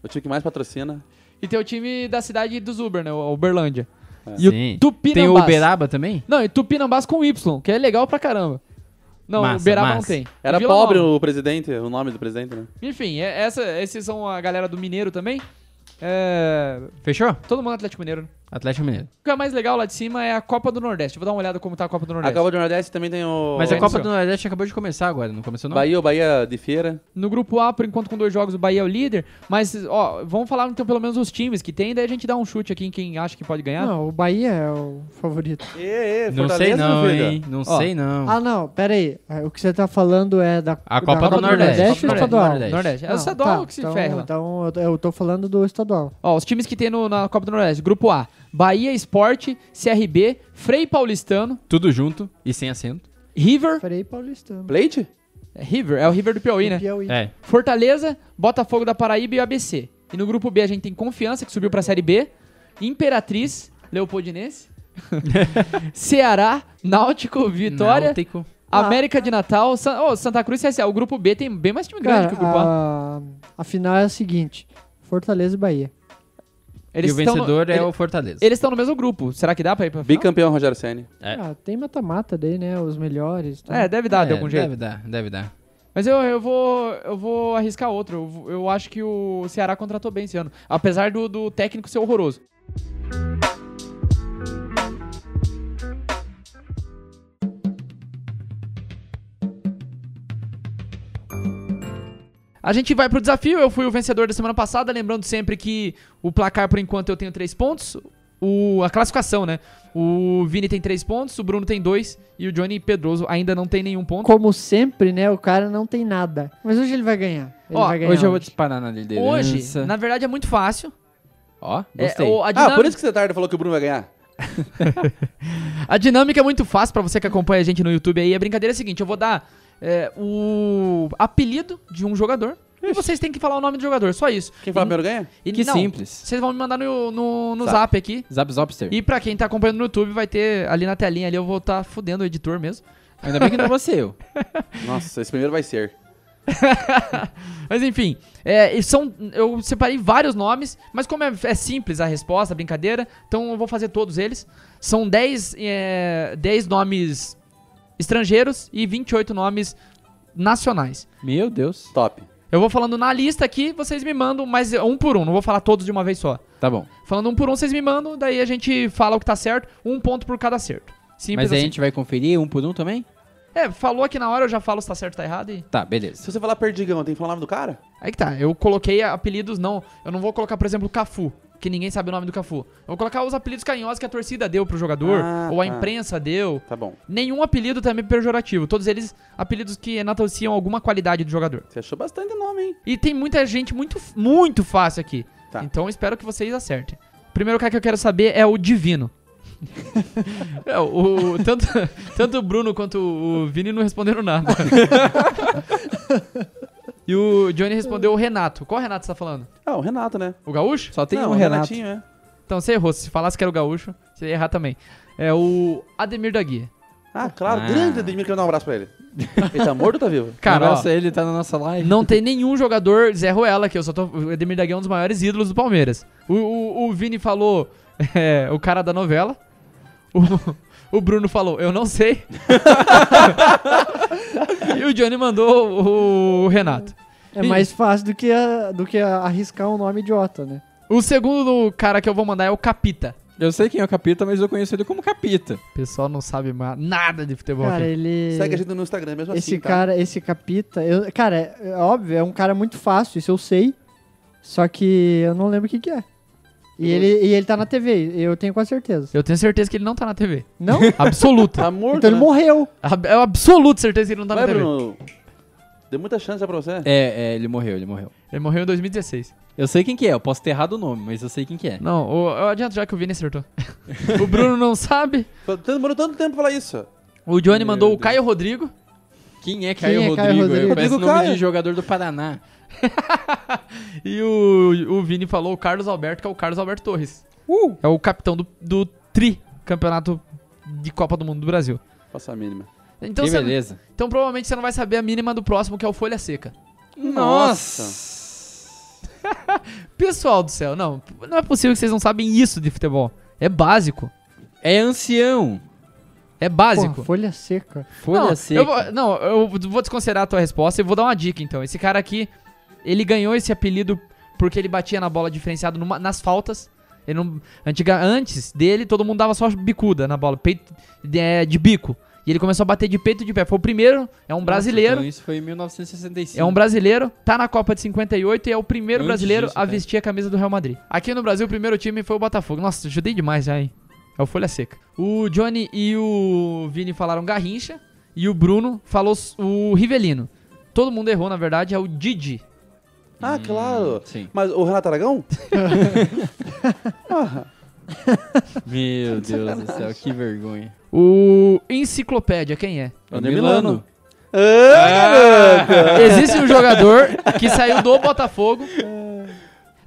O time que mais patrocina. E tem o time da cidade dos Uber, né? O Uberlândia. E O Sim. Tem o Tupinambás. Uberaba também? Não, e Tupinambás com Y, que é legal pra caramba. Não, Massa, Uberaba não massa. tem. Era Vila pobre Nova. o presidente, o nome do presidente, né? Enfim, é- essa, esses são a galera do Mineiro também. É, Fechou? todo mundo é Atlético Mineiro. né? Atlético Mineiro. O que é mais legal lá de cima é a Copa do Nordeste. Vou dar uma olhada como tá a Copa do A Nordeste. Copa do Nordeste também tem o. Mas é a Copa isso. do Nordeste acabou de começar agora, não começou não? Bahia, o Bahia de Feira. No grupo A, por enquanto, com dois jogos, o Bahia é o líder. Mas, ó, vamos falar então pelo menos os times que tem, daí a gente dá um chute aqui em quem acha que pode ganhar. Não, o Bahia é o favorito. Ê, ê, Não Fortaleza, sei não, meu filho. hein? Não Ó, sei não. Ah, não, pera aí. É, O que você tá falando é da A da Copa do Nordeste. ou Copa do estadual? Nordeste. Nordeste. É o Não, estadual tá, que se então, ferra. lá. Então eu- eu tô falando do estadual. Ó, os times que tem no- na Copa do Nordeste. Grupo A, Bahia Esporte, CRB, Frei Paulistano, Tudo junto e sem acento. River. Frei Paulistano. Plate? É River, é o River do Piauí, né? Piauí. É. Fortaleza, Botafogo da Paraíba e o ABC. E no grupo B a gente tem Confiança, que subiu pra Série B, Imperatriz, Leopoldinense, Ceará, Náutico, É, Vitória, Náutico. América de Natal, San... oh, Santa Cruz e CSA. O grupo B tem bem mais time grande Cara, ah. que o grupo A. a, a final é a seguinte: Fortaleza e Bahia. E o estão no- vencedor é ele- o Fortaleza. Eles estão no mesmo grupo. Será que dá pra ir pra final? Bicampeão Rogério Senni. É. Ah, tem mata-mata daí, né? Os melhores. tá? É, deve dar de É, algum jeito. Deve dar, deve dar. Mas eu, eu, vou, eu vou arriscar outro. Eu, vou- eu acho que o Ceará contratou bem esse ano. Apesar do, do técnico ser horroroso. A gente vai pro desafio. Eu fui o vencedor da semana passada. Lembrando sempre que o placar, por enquanto, eu tenho três pontos. O, a classificação, né? O Vini tem três pontos, o Bruno tem dois e o Johnny Pedroso ainda não tem nenhum ponto. Como sempre, né? O cara não tem nada. Mas hoje ele vai ganhar. Ele Ó, vai ganhar Hoje eu vou disparar na liderança. Hoje, na verdade, é muito fácil. Ó, É, gostei. o- a, Ah, por dinâmica, isso que você tarde falou que o Bruno vai ganhar. a dinâmica é muito fácil pra você que acompanha a gente no YouTube aí. A brincadeira é a seguinte: eu vou dar é, o apelido de um jogador. E vocês têm que falar o nome do jogador, só isso. Quem fala E- primeiro ganha? e Que não, simples. Vocês vão me mandar no, no, no Zap. zap aqui. Zap Zopster. E pra quem tá acompanhando no YouTube, vai ter ali na telinha ali, eu vou estar tá fudendo o editor mesmo. Ainda bem que não é você eu. Nossa, esse primeiro vai ser. Mas enfim, é, e são, eu separei vários nomes, mas como é, é simples a resposta, a brincadeira, então eu vou fazer todos eles. São 10, é, 10 nomes estrangeiros e 28 nomes nacionais. Meu Deus. Top. Eu vou falando na lista aqui, vocês me mandam, mas é um por um, não vou falar todos de uma vez só. Tá bom. Falando um por um, vocês me mandam, daí a gente fala o que tá certo, um ponto por cada acerto. Simples Mas aí a assim. gente vai conferir um por um também? É, falou aqui na hora, eu já falo se tá certo ou tá errado e... Tá, beleza. Se você falar perdigão, tem que falar o nome do cara? Aí que tá, eu coloquei apelidos, não. Eu não vou colocar, por exemplo, Cafu, que ninguém sabe o nome do Cafu. Eu vou colocar os apelidos carinhosos que a torcida deu pro jogador, Ah, ou a tá. imprensa deu. Tá bom. Nenhum apelido também é pejorativo. Todos eles apelidos que enalteciam alguma qualidade do jogador. Você achou bastante nome, hein? E tem muita gente muito, muito fácil aqui. Tá. Então espero que vocês acertem. Primeiro cara que eu quero saber é o Divino. É, o, o- tanto, tanto o Bruno quanto o Vini não responderam nada. e o Johnny respondeu o Renato. Qual Renato você tá falando? Ah, o Renato, né? O Gaúcho? Só tem Não, um o Renato. Renatinho, é. Então você errou. Se falasse que era o Gaúcho, você ia errar também. É o Ademir da Guia. Ah, claro. Ah. Grande Edmir, que eu dar um abraço pra ele. Ele tá morto ou tá vivo? Cara, ó, Nossa, ele tá na nossa live. não tem nenhum jogador Zé Ruela, que eu só tô. O Ademir da Guia é um dos maiores ídolos do Palmeiras. O, o, o Vini falou é, o cara da novela. O, o Bruno falou, eu não sei. e o Johnny mandou o, o Renato. É mais fácil do que, a- do que a- arriscar um nome idiota, né? O segundo cara que eu vou mandar é o Capita. Eu sei quem é o Capita, mas eu conheço ele como Capita. O pessoal não sabe mais nada de futebol Cara, aqui. é ele. Segue a gente no Instagram mesmo esse assim, tá? cara, esse capita. eu- cara, é, é óbvio, é um cara muito fácil, isso eu sei. Só que eu não lembro o que, que é. E ele, e ele tá na TV, eu tenho quase certeza. Eu tenho certeza que ele não tá na TV. Não? Absoluta. Tá morto, então ele né? morreu. Ab- É absoluta certeza que ele não tá Vai, na TV. Bruno. Deu muita chance já pra você. É, é, ele morreu, ele morreu. Ele morreu em 2016. Eu sei quem que é, eu posso ter errado o nome, mas eu sei quem que é. Não, o- eu adianto já que o Vini acertou. o Bruno não sabe. Tô- Demorou tanto tempo pra falar isso. O Johnny Meu mandou o Deus. Caio Rodrigo. Quem é Caio Caio é Caio Rodrigo? Rodrigo? Eu parece Rodrigo o nome Caio. de jogador do Paraná. E o, o Vini falou o Carlos Alberto, que é o Carlos Alberto Torres. Uh! É o capitão do, do Tri Campeonato de Copa do Mundo do Brasil. Passa a mínima. Então, que você- beleza. então provavelmente você não vai saber a mínima do próximo, que é o Folha Seca. Nossa! Pessoal do céu, não, não é possível que vocês não sabem isso de futebol. É básico. É ancião. É Porra, básico. folha seca. Folha não, seca. Eu vou, não, eu vou desconsiderar a tua resposta e vou dar uma dica então. Esse cara aqui, ele ganhou esse apelido porque ele batia na bola diferenciado numa- nas faltas. Ele não, antiga, antes dele, todo mundo dava só bicuda na bola, peito de, é, de bico. E ele começou a bater de peito e de pé. Foi o primeiro, é um brasileiro. Então isso foi em 1965. É um brasileiro, tá na Copa de 58 e é o primeiro Antes brasileiro disso, a tá. vestir a camisa do Real Madrid. Aqui no Brasil, o primeiro time foi o Botafogo. Nossa, ajudei demais já, hein? É o Folha Seca. O Johnny e o Vini falaram Garrincha e o Bruno falou s- o Rivelino. Todo mundo errou, na verdade, é o Didi. Hum. Ah, claro. Sim. Mas o Renato Aragão? Meu Deus do céu, que vergonha. O Enciclopédia, quem é? André É Milano. Ah, garoto! Existe um jogador que saiu do Botafogo.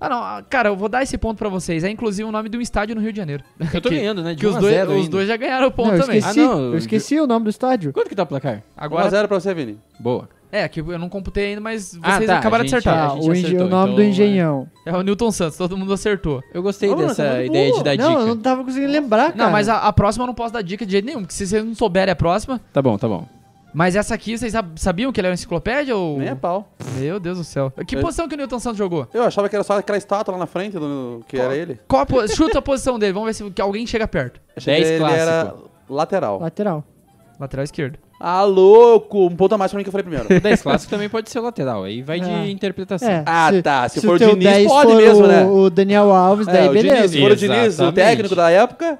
Ah, não, ah, cara, eu vou dar esse ponto pra vocês. É inclusive o nome de um estádio no Rio de Janeiro. Eu tô ganhando, né? De Que os 1 a dois, 0 os ainda. dois já ganharam o ponto Não, eu também. esqueci, Ah, não, eu eu- esqueci o nome do estádio. Quanto que tá o placar? Agora 1x0 pra você, Vini. Boa. É, que eu não computei ainda, mas vocês Ah, tá, acabaram de gente, acertar. a Ah, o, engen- acertou, o nome então, do é. né? engenhão. É o Newton Santos, todo mundo acertou. Eu gostei Ô, Bruno, dessa você é muito ideia boa. de dar não, eu dica. não tava conseguindo lembrar, cara. Não, mas a, a próxima eu não posso dar dica de jeito nenhum, porque se vocês não souberem a próxima. Tá bom, tá bom. Mas essa aqui, vocês sab- sabiam que ele era uma enciclopédia ou. É. Nem a pau. Meu Deus do céu. Que É. posição que o Newton Santos jogou? Eu achava que era só aquela estátua lá na frente, do, que era ele. Qual a po- Chuta a posição dele, vamos ver se que alguém chega perto. Achei que Dez ele clássico. era lateral. Lateral. Lateral esquerdo. Ah, louco! Um ponto a mais pra mim que eu falei primeiro. 10 clássico também pode ser lateral, aí vai É. de interpretação. É, Ah, tá. Se, se for o teu Diniz, 10 pode for mesmo, o, né? o Daniel Alves, É, daí o beleza. Diniz, se for o Diniz, o Exatamente. técnico da época,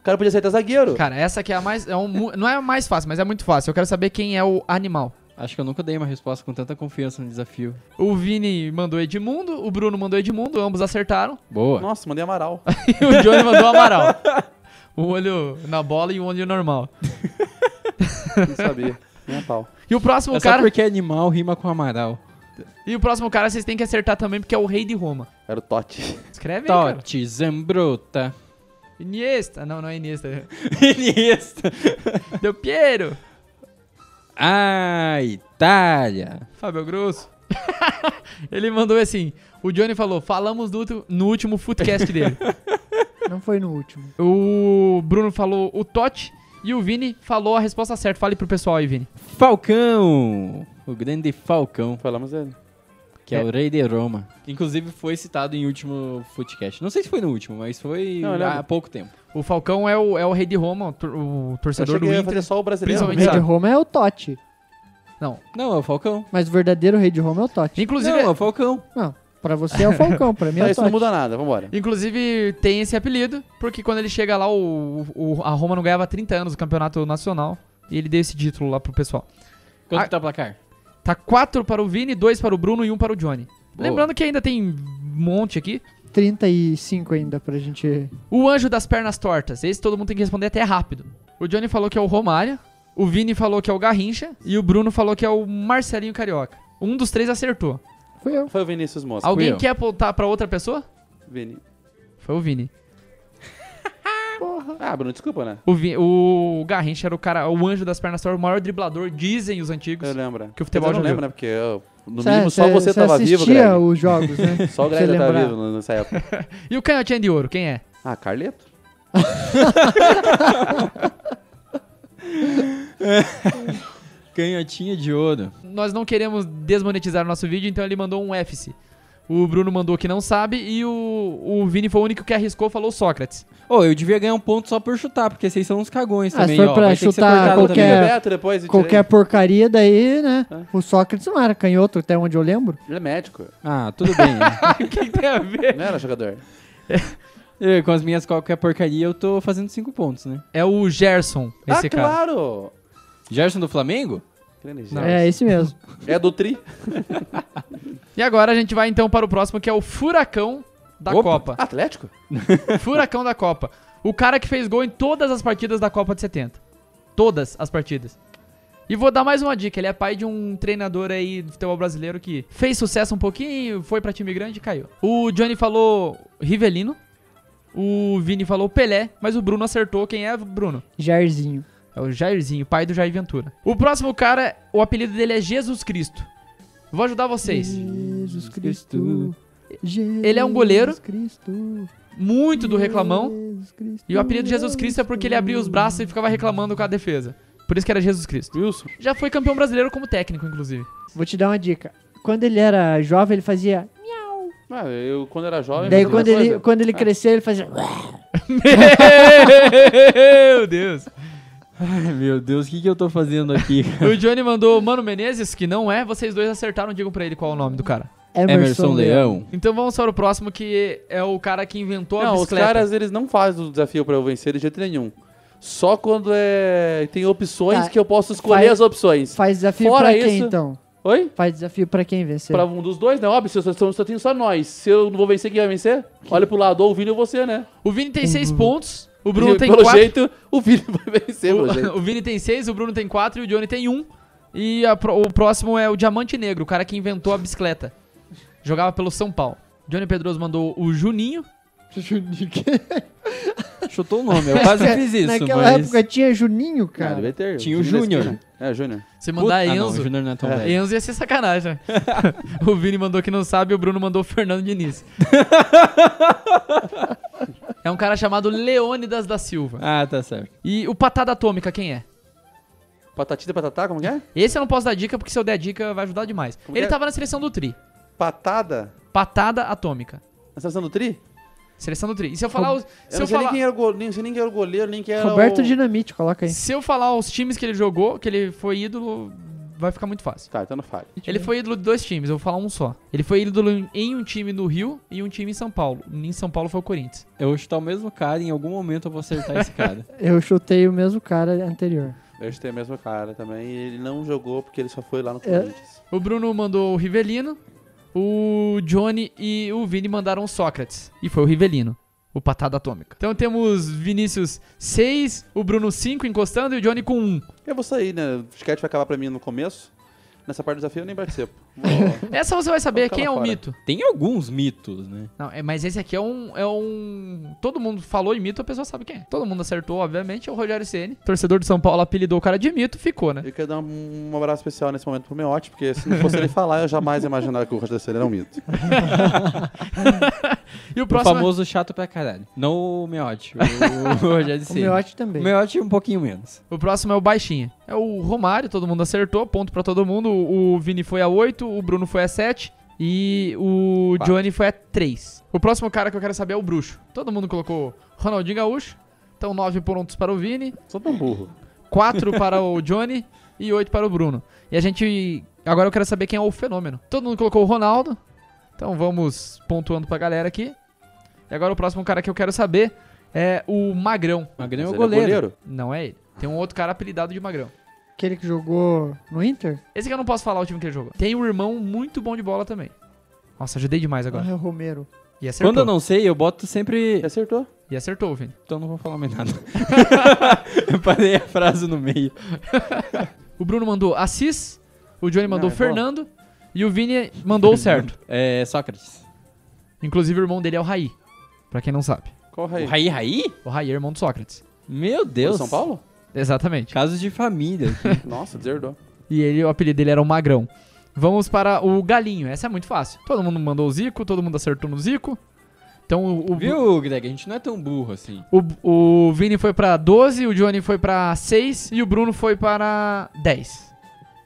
o cara podia ser até zagueiro. Cara, essa aqui é a mais. É um, mu- não é a mais fácil, mas é muito fácil. Eu quero saber quem é o animal. Acho que eu nunca dei uma resposta com tanta confiança no desafio. O Vini mandou Edmundo, o Bruno mandou Edmundo, ambos acertaram. Boa. Nossa, mandei Amaral. E o Johnny mandou Amaral. Um olho na bola e um olho normal. Não sabia. Nem a pau. E o próximo é só cara. porque animal rima com amaral. E o próximo cara vocês têm que acertar também, porque é o rei de Roma. Era o Totti. Escreve Tá aí, cara. Totti, Zambrota. Iniesta. Não, não é Iniesta. Iniesta. Del Piero. Ah, Itália. Fábio Grosso. Ele mandou assim. O Johnny falou, falamos do ulti- no último footcast dele. Não foi no último. o Bruno falou o Totti. E o Vini falou a resposta certa. Fale pro pessoal aí, Vini. Falcão. O grande Falcão, Falamos dele. que é, o rei de Roma. Inclusive foi citado em último footcast. Não sei se foi no último, mas foi Não, eu há lembro. pouco tempo. O Falcão é o, é o rei de Roma, o, tor- o Eu torcedor do cheguei a Inter. fazer só o brasileiro. O Principalmente- rei de sabe? Roma é o Totti. Não, é o Falcão. Mas o verdadeiro rei de Roma é o Totti. Inclusive, Não, é o Falcão. Não, pra você é o Falcão, pra mim é Tá, o isso não Totti. muda nada, vambora. Inclusive, tem esse apelido, porque quando ele chega lá, o, o- a Roma não ganhava há 30 anos o campeonato nacional. E ele deu esse título lá pro pessoal. Quanto Ah. tá o placar? Tá 4 para o Vini, 2 para o Bruno e 1 um para o Johnny. Boa. Lembrando que ainda tem um monte aqui. 35 ainda pra gente... O anjo das pernas tortas. Esse todo mundo tem que responder até rápido. O Johnny falou que é o Romário, o Vini falou que é o Garrincha e o Bruno falou que é o Marcelinho Carioca. Um dos três acertou. Fui eu. Foi o Vinícius Mosca. Alguém eu. quer apontar para outra pessoa? Vini. Foi o Vini. Ah, Bruno, desculpa, né? O, Vi- o Garrincha era o cara, o anjo das pernas tortas, o maior driblador, dizem os antigos. Eu lembro. Que o futebol Quer dizer, eu não já lembro, né? Porque eu, no Cê- mínimo só cê- você cê tava vivo, assistia Greg. os jogos, né? Só o Cê Greg tava lembrar. vivo nessa época. E o canhotinha de ouro, quem é? Ah, Carleto? Canhotinha de ouro. Nós não queremos desmonetizar o nosso vídeo, então ele mandou um F-se. O Bruno mandou que não sabe e o, o Vini foi o único que arriscou, falou Sócrates. Ô, eu devia ganhar um ponto só por chutar, porque vocês são uns cagões Ah, se também, for ó. pra Vai ter que ser chutar cortado Eu qualquer- vi o Tá, também. Beto depois e Qualquer porcaria daí, né? É. O Sócrates não era canhoto, até onde eu lembro. tirei. Ele é médico. Ah, tudo bem. O que tem a ver? Não era jogador. Eu, com as minhas qualquer porcaria, eu tô fazendo cinco pontos, né? É o Gerson, esse ah, cara. claro! Gerson do Flamengo? Que Crenegés. É, esse mesmo. É do Tri? E agora a gente vai então para o próximo, que é o Furacão da Opa. Copa. Atlético? Furacão da Copa. O cara que fez gol em todas as partidas da Copa de 70. Todas as partidas. E vou dar mais uma dica. Ele é pai de um treinador aí do futebol brasileiro que fez sucesso um pouquinho, foi pra time grande e caiu. O Johnny falou Rivelino. O Vini falou Pelé, mas o Bruno acertou. Quem é, Bruno? Jairzinho. É o Jairzinho, pai do Jair Ventura. O próximo cara, o apelido dele é Jesus Cristo. Vou ajudar vocês. Jesus Cristo. Ele é um goleiro. Jesus Cristo. Muito do reclamão. Jesus Cristo. E o apelido de Jesus Cristo é porque ele abria os braços e ficava reclamando com a defesa. Por isso que era Jesus Cristo. Wilson. Já foi campeão brasileiro como técnico, inclusive. Vou te dar uma dica. Quando ele era jovem, ele fazia. Ah, eu quando era jovem. Daí fazia quando uma ele, coisa. quando ele cresceu, ele fazia. Meu Deus. Ai, meu Deus, o que, que eu tô fazendo aqui? O Johnny mandou Mano Menezes, que não é. Vocês dois acertaram, digam pra ele qual é o nome do cara. Emerson Leão. Então vamos para o próximo, que é o cara que inventou a Não, os bicicleta. caras eles não fazem o desafio pra eu vencer de jeito nenhum. Só quando é tem opções Tá. que eu posso escolher Faz- as opções. Faz desafio Fora pra quem, isso- então? Oi? Faz desafio pra quem vencer. Pra um dos dois, né? Óbvio, se eu só, só tenho só nós. Se eu não vou vencer, quem vai vencer? Olha pro lado, ou o Vini ou você, né? O Vini tem 6 pontos, o Bruno tem pelo 4. jeito, o Vini vai vencer, pelo jeito. O, o Vini tem 6, o Bruno tem 4 e o Johnny tem 1. Um. E a pro- o próximo é o Diamante Negro, o cara que inventou a bicicleta. Jogava pelo São Paulo. Johnny Pedroso mandou o Juninho. Chutou o é nome, eu quase fiz isso, Naquela mas... época tinha Juninho, Ah, cara. deve ter. Tinha o Vini da Júnior. esquina. É, Júnior. Se mandar Puta- ah, não, o Enzo. Júnior não é tão velho. Enzo ia ser sacanagem. né? o Vini mandou que não sabe, o Bruno mandou o Fernando Diniz. é um cara chamado Leônidas da Silva. Ah, tá certo. E o Patada Atômica, quem é? Patatita e patatá, como que é? Esse eu não posso dar dica, porque se eu der dica vai ajudar demais. Como Ele que é? tava na seleção do Tri. Patada? Patada Atômica. Na seleção do Tri? Seleção do Tri. E se eu falar os. Eu Se não eu sei, nem falar, quem é era o goleiro, nem sei nem quem era o goleiro, nem quem era Roberto o... Dinamite, coloca aí. se eu falar os times que ele jogou, que ele foi ídolo, vai ficar muito fácil. Tá, então não fale. Ele foi ídolo de dois times, eu vou falar um só. Ele foi ídolo em- em um time no Rio e um time em São Paulo. Em São Paulo foi o Corinthians. Eu vou chutar o mesmo cara e em algum momento eu vou acertar esse cara. Eu chutei o mesmo cara anterior. Eu acho que tem a mesma cara também. e Ele não jogou porque ele só foi lá no É. Corinthians. O Bruno mandou o Rivelino, o Johnny e o Vini mandaram o Sócrates. E foi o Rivelino, o patada atômica. Então temos Vinícius 6, o Bruno 5 encostando e o Johnny com 1. Um. Eu vou sair, né? O sketch vai acabar pra mim no começo. Nessa parte do desafio eu nem participo. Vou- Essa você vai saber Vamos quem é ficar lá o fora. mito. Tem alguns mitos, né? Não, é, mas esse aqui é um, é um. Todo mundo falou em mito, a pessoa sabe quem é. Todo mundo acertou, obviamente, é o Rogério Ceni, torcedor de São Paulo, apelidou o cara de mito, ficou, né? eu quero dar um, um abraço especial nesse momento pro Meote, porque se não fosse ele falar, eu jamais ia imaginar que o Roger Ceni era um mito. E o próximo. é O famoso chato pra caralho. Não o Meote, o o Rogério O Ceni. Meote O também. Meote um pouquinho menos. O próximo é o Baixinha. É o Romário, todo mundo acertou, ponto pra todo mundo. O o Vini foi a 8, o Bruno foi a 7 e o Quatro. Johnny foi a 3. O próximo cara que eu quero saber é o Bruxo. Todo mundo colocou Ronaldinho Gaúcho. Então 9 pontos para o Vini, Sou tão burro. 4 para o Johnny e 8 para o Bruno. E a gente agora eu quero saber quem é o fenômeno. Todo mundo colocou o Ronaldo. Então vamos pontuando pra galera aqui. E agora o próximo cara que eu quero saber é o Magrão. Magrão é Mas o ele goleiro. Não é ele. Tem um outro cara apelidado de Magrão. Aquele que jogou no Inter? Esse que eu não posso falar o time que ele jogou. Tem um irmão muito bom de bola também. Nossa, ajudei demais agora. Ah, é o Romero. E acertou. Quando eu não sei, eu boto sempre... Ele acertou. E acertou, Vini. Então não vou falar mais nada. eu parei a frase no meio. O Bruno mandou Assis, o Johnny mandou Não, é bola. Fernando e o Vini mandou o certo. É Sócrates. Inclusive o irmão dele é o Raí, pra quem não sabe. Qual O raio? Raí Raí? O Raí é irmão do Sócrates. Meu Foi Deus. São Paulo? Exatamente. Casos de família. Nossa, deserdou. E ele, o apelido dele era o Magrão. Vamos para o Galinho. Essa é muito fácil. Todo mundo mandou o Zico, todo mundo acertou no Zico. Então o, o, Viu, Greg? A gente não é tão burro assim. o, o Vini foi pra 12, o Johnny foi pra 6 e o Bruno foi para 10.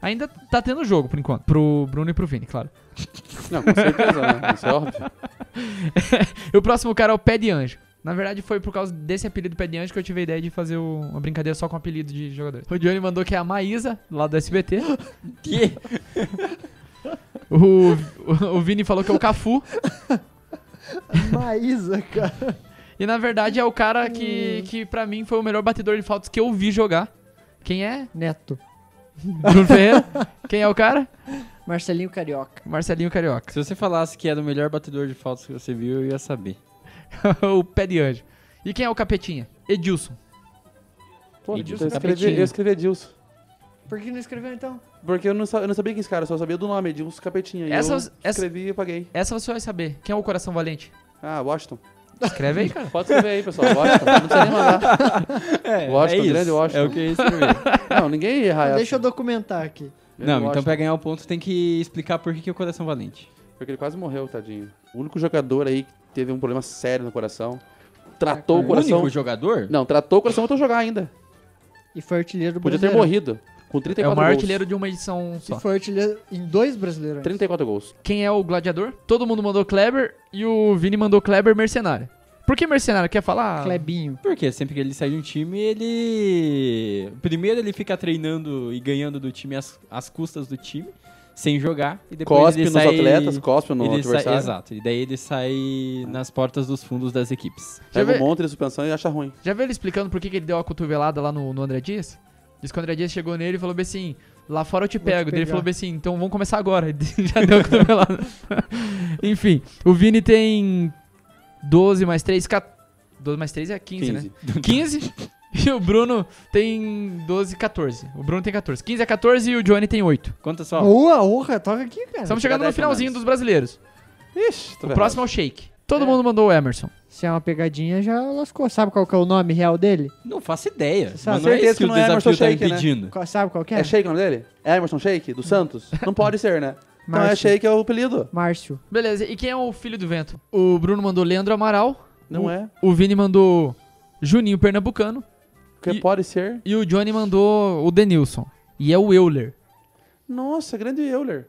Ainda tá tendo jogo por enquanto. Pro Bruno e pro Vini, claro. Não, com certeza, né? Isso é óbvio. E o próximo cara é o Pé de Anjo. Na verdade, foi por causa desse apelido Pé de Anjo que eu tive a ideia de fazer o- uma brincadeira só com apelido de jogadores. O Johnny mandou que é a Maísa, lá do SBT. Que? O, o, o Vini falou que é o Cafu. Maísa, cara. E na verdade é o cara que, que pra mim foi o melhor batedor de faltas que eu vi jogar. Quem é? Neto. Bruno Ferreira? Quem é o cara? Marcelinho Carioca. Marcelinho Carioca. Se você falasse que era o melhor batedor de faltas que você viu, eu ia saber. o pé de anjo. E quem é o capetinha? Edilson. Pô, Edilson eu escrevi, Capetinho. eu escrevi Edilson. Por que não escreveu então? Porque eu não, sa- eu não sabia quem é esse cara, eu só sabia do nome, Edilson Capetinha. E Essa- eu essa- escrevi e apaguei. Essa você vai saber. Quem é o coração valente? Ah, Washington. Escreve aí, cara. Pode escrever aí, pessoal. Washington. Não precisa nem mandar. É, Washington, isso. grande Washington. É o que eu ia escrever. Não, ninguém ia errar essa. Deixa eu documentar aqui. Grande Não, então Washington. pra ganhar o ponto tem que explicar por que, que é o coração valente. Porque ele quase morreu, tadinho. O único jogador aí que teve um problema sério no coração. Tratou o coração. único jogador? Não, tratou o coração, voltou a jogar ainda. E foi artilheiro do Podia ter brasileiro. morrido. Com É 34 o maior gols. artilheiro de uma edição só. E foi artilheiro em dois brasileiros. 34 gols. Quem é o gladiador? Todo mundo mandou Kleber e o Vini mandou Kleber mercenário. Por que mercenário? Quer falar? Clebinho. Porque sempre que ele sai de um time, ele. Primeiro ele fica treinando e ganhando do time às, às custas do time, sem jogar. E depois Cospe ele nos sai- atletas, cospe no ele sai- adversário. Exato. E daí ele sai nas portas dos fundos das equipes. Pega Deixa eu ver. um monte de suspensão e acha ruim. Já viu ele explicando por que, que ele deu a cotovelada lá no, no André Dias? Diz que o André Dias chegou nele e falou bem assim: lá fora eu te te pego. Daí Ele pegar. falou bem assim: então vamos começar agora. Ele Já deu a cotovelada. Enfim, o Vini tem 12 mais 3, 12 mais 3 é 15, 15. né? 15. E o Bruno tem 12, 14. O Bruno tem 14. 15 é 14 e o Johnny tem 8. Conta só. Boa, honra, toca aqui, cara. Estamos chegando no dez, pelo finalzinho menos. dos brasileiros. Ixi, tô O ferrado. próximo é o Shake. Todo mundo mandou o Emerson. Se é uma pegadinha, já lascou. Sabe qual que é o nome real dele? Não faço ideia. Você Mas sabe não é certeza isso que que o não é Emerson desafio tá me Sheik, né? pedindo. Co- Sabe qual que é? É né? Shake o nome dele? É Emerson Shake? Uhum. Do Santos? Não pode ser, né? Não é Márcio. Shake, é o apelido. Márcio. Beleza, e quem é o filho do vento? O Bruno mandou Leandro Amaral. Não o, é. O Vini mandou Juninho Pernambucano. Porque E- pode ser. E o Johnny mandou o Denilson. E é o Euler. Nossa, grande Euler.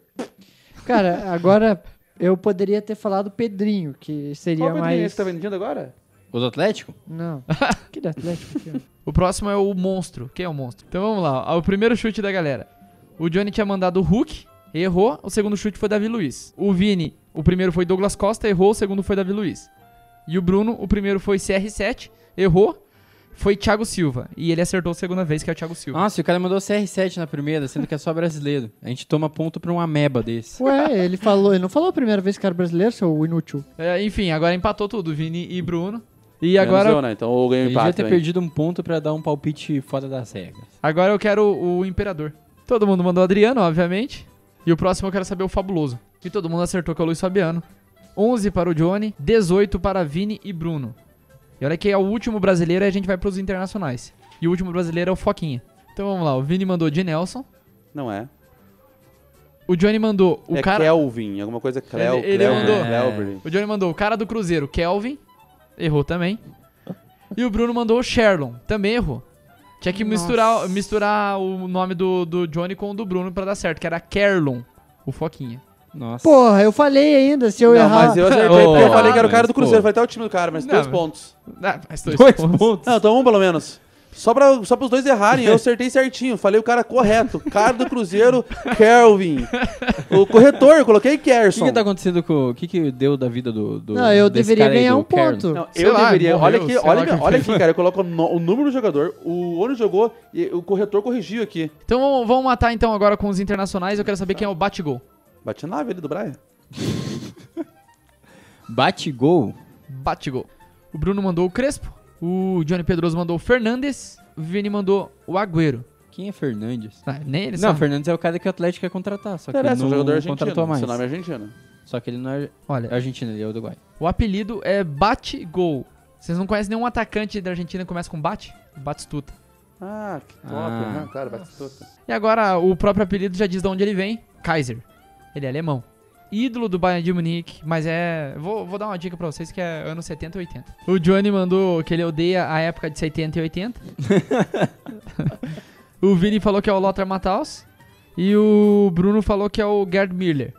Cara, agora eu poderia ter falado Pedrinho, que seria Qual é o apelido mais. que tá vendindo agora? O do Atlético? Não. que do Atlético. que é? O próximo é o Monstro. Quem é o Monstro? Então vamos lá, ó, o primeiro chute da galera. O Johnny tinha mandado o Hulk, errou. O segundo chute foi Davi Luiz. O Vini, o primeiro foi Douglas Costa, errou. O segundo foi Davi Luiz. E o Bruno, o primeiro foi CR7, errou. Foi Thiago Silva. E ele acertou a segunda vez, que é o Thiago Silva. Nossa, e o cara mandou CR7 na primeira, sendo que é só brasileiro. A gente toma ponto pra um ameba desse. Ué, ele falou. Ele não falou a primeira vez que era brasileiro, seu inútil. É, enfim, agora empatou tudo, Vini e Bruno. E Ah. Menos agora eu, né? Então eu ganhei o Ele devia empate. ter também. perdido um ponto pra dar um palpite fora das regras. Agora eu quero o, o Imperador. Todo mundo mandou Adriano, obviamente. E o próximo eu quero saber o Fabuloso. E todo mundo acertou que é o Luiz Fabiano. 11 para o Johnny, 18 para Vini e Bruno. E olha que é o último brasileiro e a gente vai para os internacionais. E o último brasileiro é o Foquinha. Então vamos lá, o Vini mandou de Nelson. Não é. O Johnny mandou o é cara... Kelvin, alguma coisa é Cleo, Ele- É. ele Cleo, mandou. Cleobury. O Johnny mandou o cara do Cruzeiro, Kelvin. Errou também. E o Bruno mandou o Sherlon. Também errou. Tinha que misturar, misturar o nome do, do Johnny com o do Bruno pra dar certo, que era Kerlon, o Foquinha. Nossa. Porra, eu falei ainda, se eu não, errar. mas eu acertei, Oh, porque eu falei que era mas, o cara do pô. Cruzeiro. Eu Falei até o time do cara, mas Não, dois mas- pontos. Ah, mas dois, Dois pontos. pontos. Não, então um pelo menos. Só pra, só pros dois errarem, eu acertei certinho. Falei o cara correto. Cara do Cruzeiro, Kelvin. O corretor, eu coloquei O que, Kerson. que tá acontecendo com. O que, que deu da vida do. do Não, eu desse deveria cara aí, ganhar do um Karen? ponto. Não, Sei eu lá, deveria. morreu, olha aqui, sei lá olha, o que aqui, olha fez. aqui, cara. Eu coloco o, no- o número do jogador, o onde jogou e o corretor corrigiu aqui. Então vamos, vamos matar então agora com os internacionais. Eu quero saber quem é o Batigol. Bate na nave ali do Brian. Bate gol. Batigol. O Bruno mandou o Crespo. O Johnny Pedroso mandou o Fernandes. O Vini mandou o Agüero. Quem é Fernandes? Ah, nem ele não, sabe. Fernandes é o cara que o Atlético quer contratar. Só que ele Interessa, não um jogador contratou argentino. mais. Seu nome é argentino. Só que ele não é Olha, argentino, ele é uruguai. o apelido é Batigol. Vocês não conhecem nenhum atacante da Argentina que começa com Bate? Batistuta. Ah, que top. Ah. Ah. claro, Batistuta. E agora o próprio apelido já diz de onde ele vem, Kaiser. Ele é alemão. Ídolo do Bayern de Munique, mas é. Vou, vou dar uma dica pra vocês que é anos 70 e 80. O Johnny mandou que ele odeia a época de 70 e 80. o Vini falou que é o Lothar Matthaus. E o Bruno falou que é o Gerd Miller.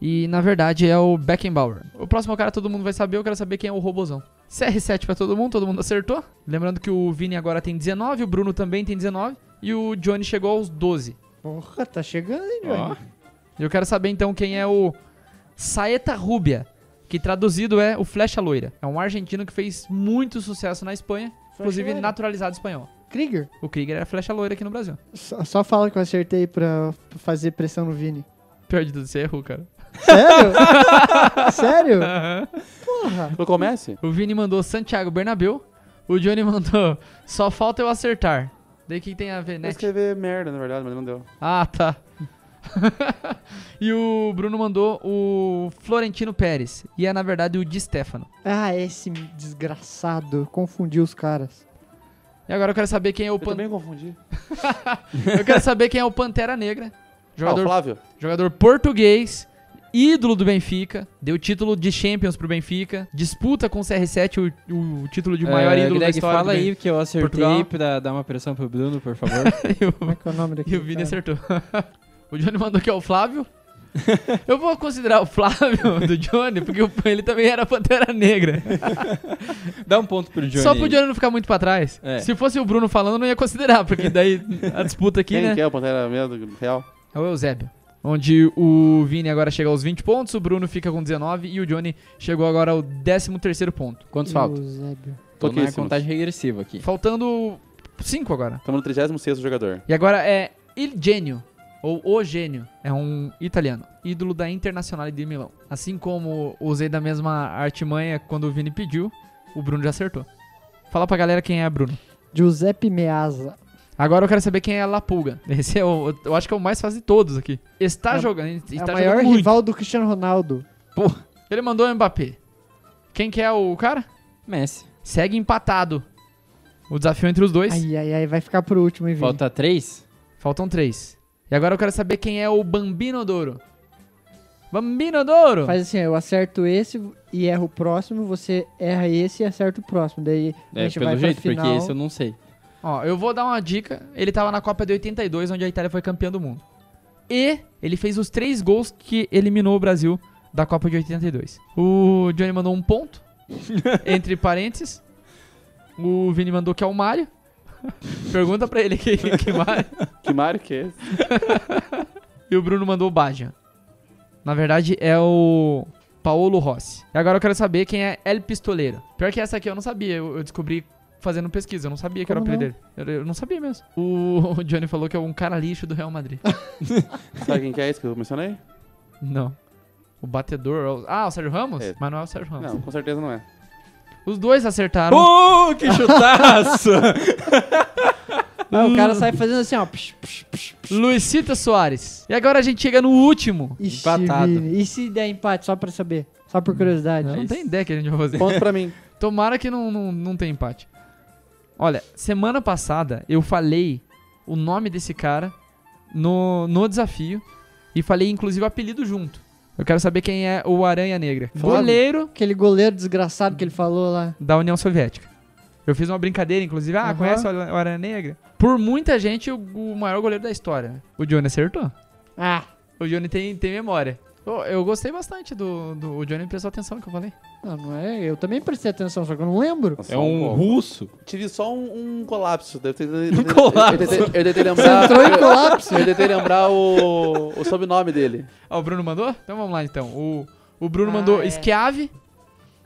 E na verdade é o Beckenbauer. O próximo cara todo mundo vai saber, eu quero saber quem é o robozão. CR7 pra todo mundo, todo mundo acertou. Lembrando que o Vini agora tem 19, o Bruno também tem 19 e o Johnny chegou aos 12. Porra, tá chegando, hein, Johnny? Eu quero saber então quem é o Saeta Rubia, que traduzido é o Flecha Loira. É um argentino que fez muito sucesso na Espanha, inclusive Loira. naturalizado espanhol. Krieger? O Krieger era flecha loira aqui no Brasil. Só, só fala que eu acertei pra fazer pressão no Vini. Pior de tudo, você errou, cara. Sério? Sério? Porra. Eu comece? O Vini mandou Santiago Bernabeu. O Johnny mandou só falta eu acertar. Daí o que que tem a ver, Eu né? escrevi merda, na verdade, mas não deu. Ah, tá. e o Bruno mandou o Florentino Pérez. E é, na verdade, o Di Stefano. Ah, esse desgraçado. Confundiu os caras. E agora eu quero saber quem é o Eu Pan... também confundi. Eu quero saber quem é o Pantera Negra. Ah, o Jogador, Flávio. jogador português, ídolo do Benfica, deu título de Champions pro Benfica, disputa com o CR7 o, o título de maior ídolo da É, Ah, Greg, história. fala do aí que eu acertei Portugal. pra dar uma pressão pro Bruno, por favor. Benfica. E o- Como é que é o nome E daquele o Vini cara? acertou. o Johnny mandou que é o Flávio. Eu vou considerar o Flávio do Johnny, porque o- ele também era Pantera Negra. Dá um ponto pro É, Johnny. Só pro aí. Johnny não ficar muito pra trás. É. Se fosse o Bruno falando, eu não ia considerar, porque daí a disputa aqui, Quem né? que é o Pantera mesmo, real? É o Eusébio. Onde o Vini agora chega aos 20 pontos, o Bruno fica com 19 e o Johnny chegou agora ao 13º ponto. Quantos faltam? Eusébio. Tô na Pouquíssimos. contagem regressiva aqui. Faltando 5 agora. Estamos no 36 jogador. E agora é Il Genio, ou O Gênio. É um italiano, ídolo da Internacional de Milão. Assim como usei da mesma artimanha quando o Vini pediu, o Bruno já acertou. Fala pra galera quem é Bruno. Giuseppe Meazza. Agora eu quero saber quem é La Pulga. Esse é o, eu acho que é o mais fácil de todos aqui. Está É- jogando, É está tá jogando o maior muito. rival do Cristiano Ronaldo. Ele mandou o Mbappé. Quem que é o cara? Messi. Segue empatado. O desafio entre os dois. Ai, ai, ai. Vai ficar pro último, hein, Vini? Falta três? Faltam três. E agora eu quero saber quem é o Bambino Douro. Bambino Douro! Faz assim, eu acerto esse e erro o próximo, você erra esse e acerta o próximo. Daí a É, gente pelo vai jeito, pra final. porque esse eu não sei. Ó, eu vou dar uma dica. Ele tava na Copa de 82, onde a Itália foi campeã do mundo. E ele fez os três gols que eliminou o Brasil da Copa de 82. O Johnny mandou um ponto, entre parênteses. O Vini mandou que é o Mário. Pergunta pra ele que, que Mário. Que Mario que é esse? E o Bruno mandou o Baja. Na verdade, é o Paolo Rossi. E agora eu quero saber quem é El Pistoleiro. Pior que essa aqui eu não sabia, eu, eu descobri fazendo pesquisa, eu não sabia que era o Como apelido dele. Eu, eu não sabia mesmo. O, o Johnny falou que é um cara lixo do Real Madrid. Sabe quem que é esse que eu mencionei? não. O batedor. é o- Ah, o Sérgio Ramos? É. Mas não é o Sérgio Ramos. Não, com certeza não é. Os dois acertaram. Uh, que chutaço! Ah, o cara sai fazendo assim, ó. Psh, psh, psh, psh. Luicita Soares. E agora a gente chega no último. Ixi, Empatado. Vini, E se der empate, só pra saber? Só por curiosidade. Eu é, não isso. tenho ideia que a gente vai fazer. Ponto pra mim. Tomara que não, não, não tenha empate. Olha, semana passada eu falei o nome desse cara no, no desafio e falei inclusive o apelido junto. Eu quero saber quem é o Aranha Negra. Foda. Goleiro Aquele goleiro desgraçado que ele falou lá. da União Soviética. Eu fiz uma brincadeira, inclusive. Ah, Aham. conhece o Ara- o Aranha Negra? Por muita gente, o, o maior goleiro da história. O Johnny acertou. Ah, O Johnny tem, tem memória. Ô, eu gostei bastante do, do. O Johnny prestou atenção no que eu falei. não, não é. Eu também prestei atenção, só que eu não lembro. Nossa, É um pouco. russo? Tive só um, um colapso. Eu tentei, um colapso. Eu tentei, eu tentei Você lembrar. entrou em colapso. Eu tentei lembrar o, o sobrenome dele. Ó, o Bruno mandou? Então vamos lá então. O, o Bruno Ah, mandou é. Esquiave.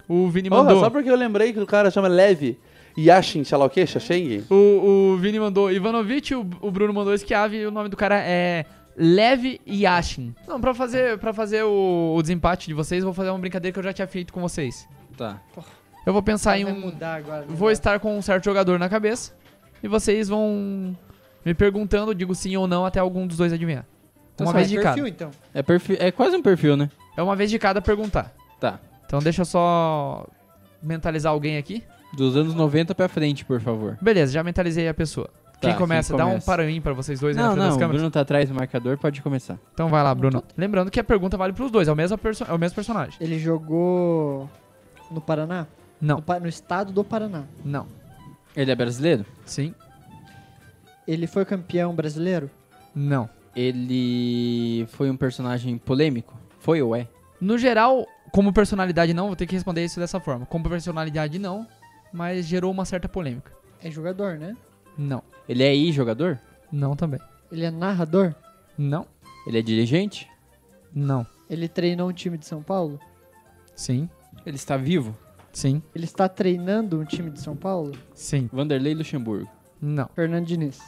O Vini Porra, mandou. só porque eu lembrei que o cara chama Levi Yashin, sei lá o quê? Shasheng? O, o Vini mandou Ivanovic, o, o Bruno mandou Esquiave e o nome do cara é Lev Yashin. Não, pra fazer, pra fazer o, o desempate de vocês, eu vou fazer uma brincadeira que eu já tinha feito com vocês. Tá. Eu vou pensar em Vai um. mudar agora. né? vai Vou mudar. estar com um certo jogador na cabeça e vocês vão me perguntando, eu digo sim ou não, até algum dos dois adivinhar. Então uma só vez é de perfil, cada. então. É, perfil, é quase um perfil, né? É uma vez de cada perguntar. Tá. Então deixa eu só mentalizar alguém aqui. Dos anos 90 pra frente, por favor. Beleza, já mentalizei a pessoa. Tá, quem começa? quem Dá um começa? para mim pra vocês dois aí na Não, frente é, das não, o câmeras. Bruno tá atrás do marcador, pode começar. Então vai lá, Bruno. Lembrando que a pergunta vale pros dois, é o mesmo, perso- é o mesmo personagem. Ele jogou no Paraná? Não, No, pa- no estado do Paraná. não. Ele é brasileiro? Sim, Ele foi campeão brasileiro? não. Ele foi um personagem polêmico? Foi ou é? No geral, como personalidade não, vou ter que responder isso dessa forma. Como personalidade não, mas gerou uma certa polêmica. É jogador, né? Não. Ele é ex-jogador? Não também. Ele é narrador? Não. Ele é dirigente? Não. Ele treinou um time de São Paulo? Sim. Ele está vivo? Sim. Ele está treinando um time de São Paulo? Sim. Vanderlei Luxemburgo. Não, Fernando Diniz.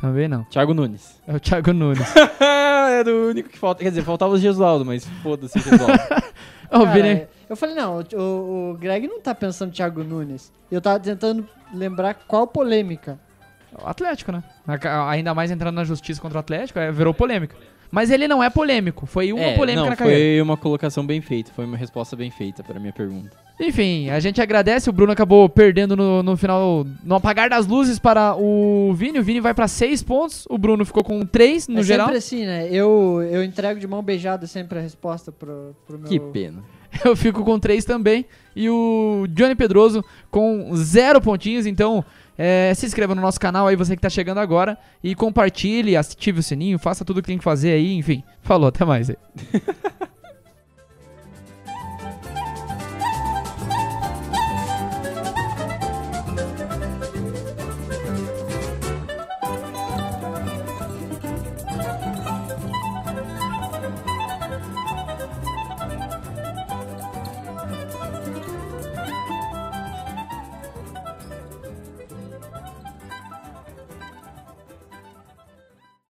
também não. Thiago Nunes. É o Thiago Nunes. É, Era o único que falta. Quer dizer, faltava o Gesualdo, mas foda-se o Gesualdo. Ô, Cara, Vini, Eu falei, não, o- o, o Greg não tá pensando no Thiago Nunes. Eu tava tentando lembrar qual polêmica. o Atlético, né? Aca- Ainda mais entrando na justiça contra o Atlético, é, virou polêmica. Mas ele não é polêmico, foi uma É, polêmica não, na carreira. foi uma colocação bem feita, foi uma resposta bem feita pra minha pergunta. Enfim, a gente agradece. O Bruno acabou perdendo no, no final, no apagar das luzes para o Vini. O Vini vai para seis pontos. O Bruno ficou com três no é geral. sempre assim, né? Eu, eu entrego de mão beijada sempre a resposta pro, pro meu... Que pena. Eu fico com três também. E o Johnny Pedroso com zero pontinhos. Então, é, se inscreva no nosso canal aí, você que tá chegando agora. E compartilhe, ative o sininho, faça tudo o que tem que fazer aí. Enfim, falou, até mais aí.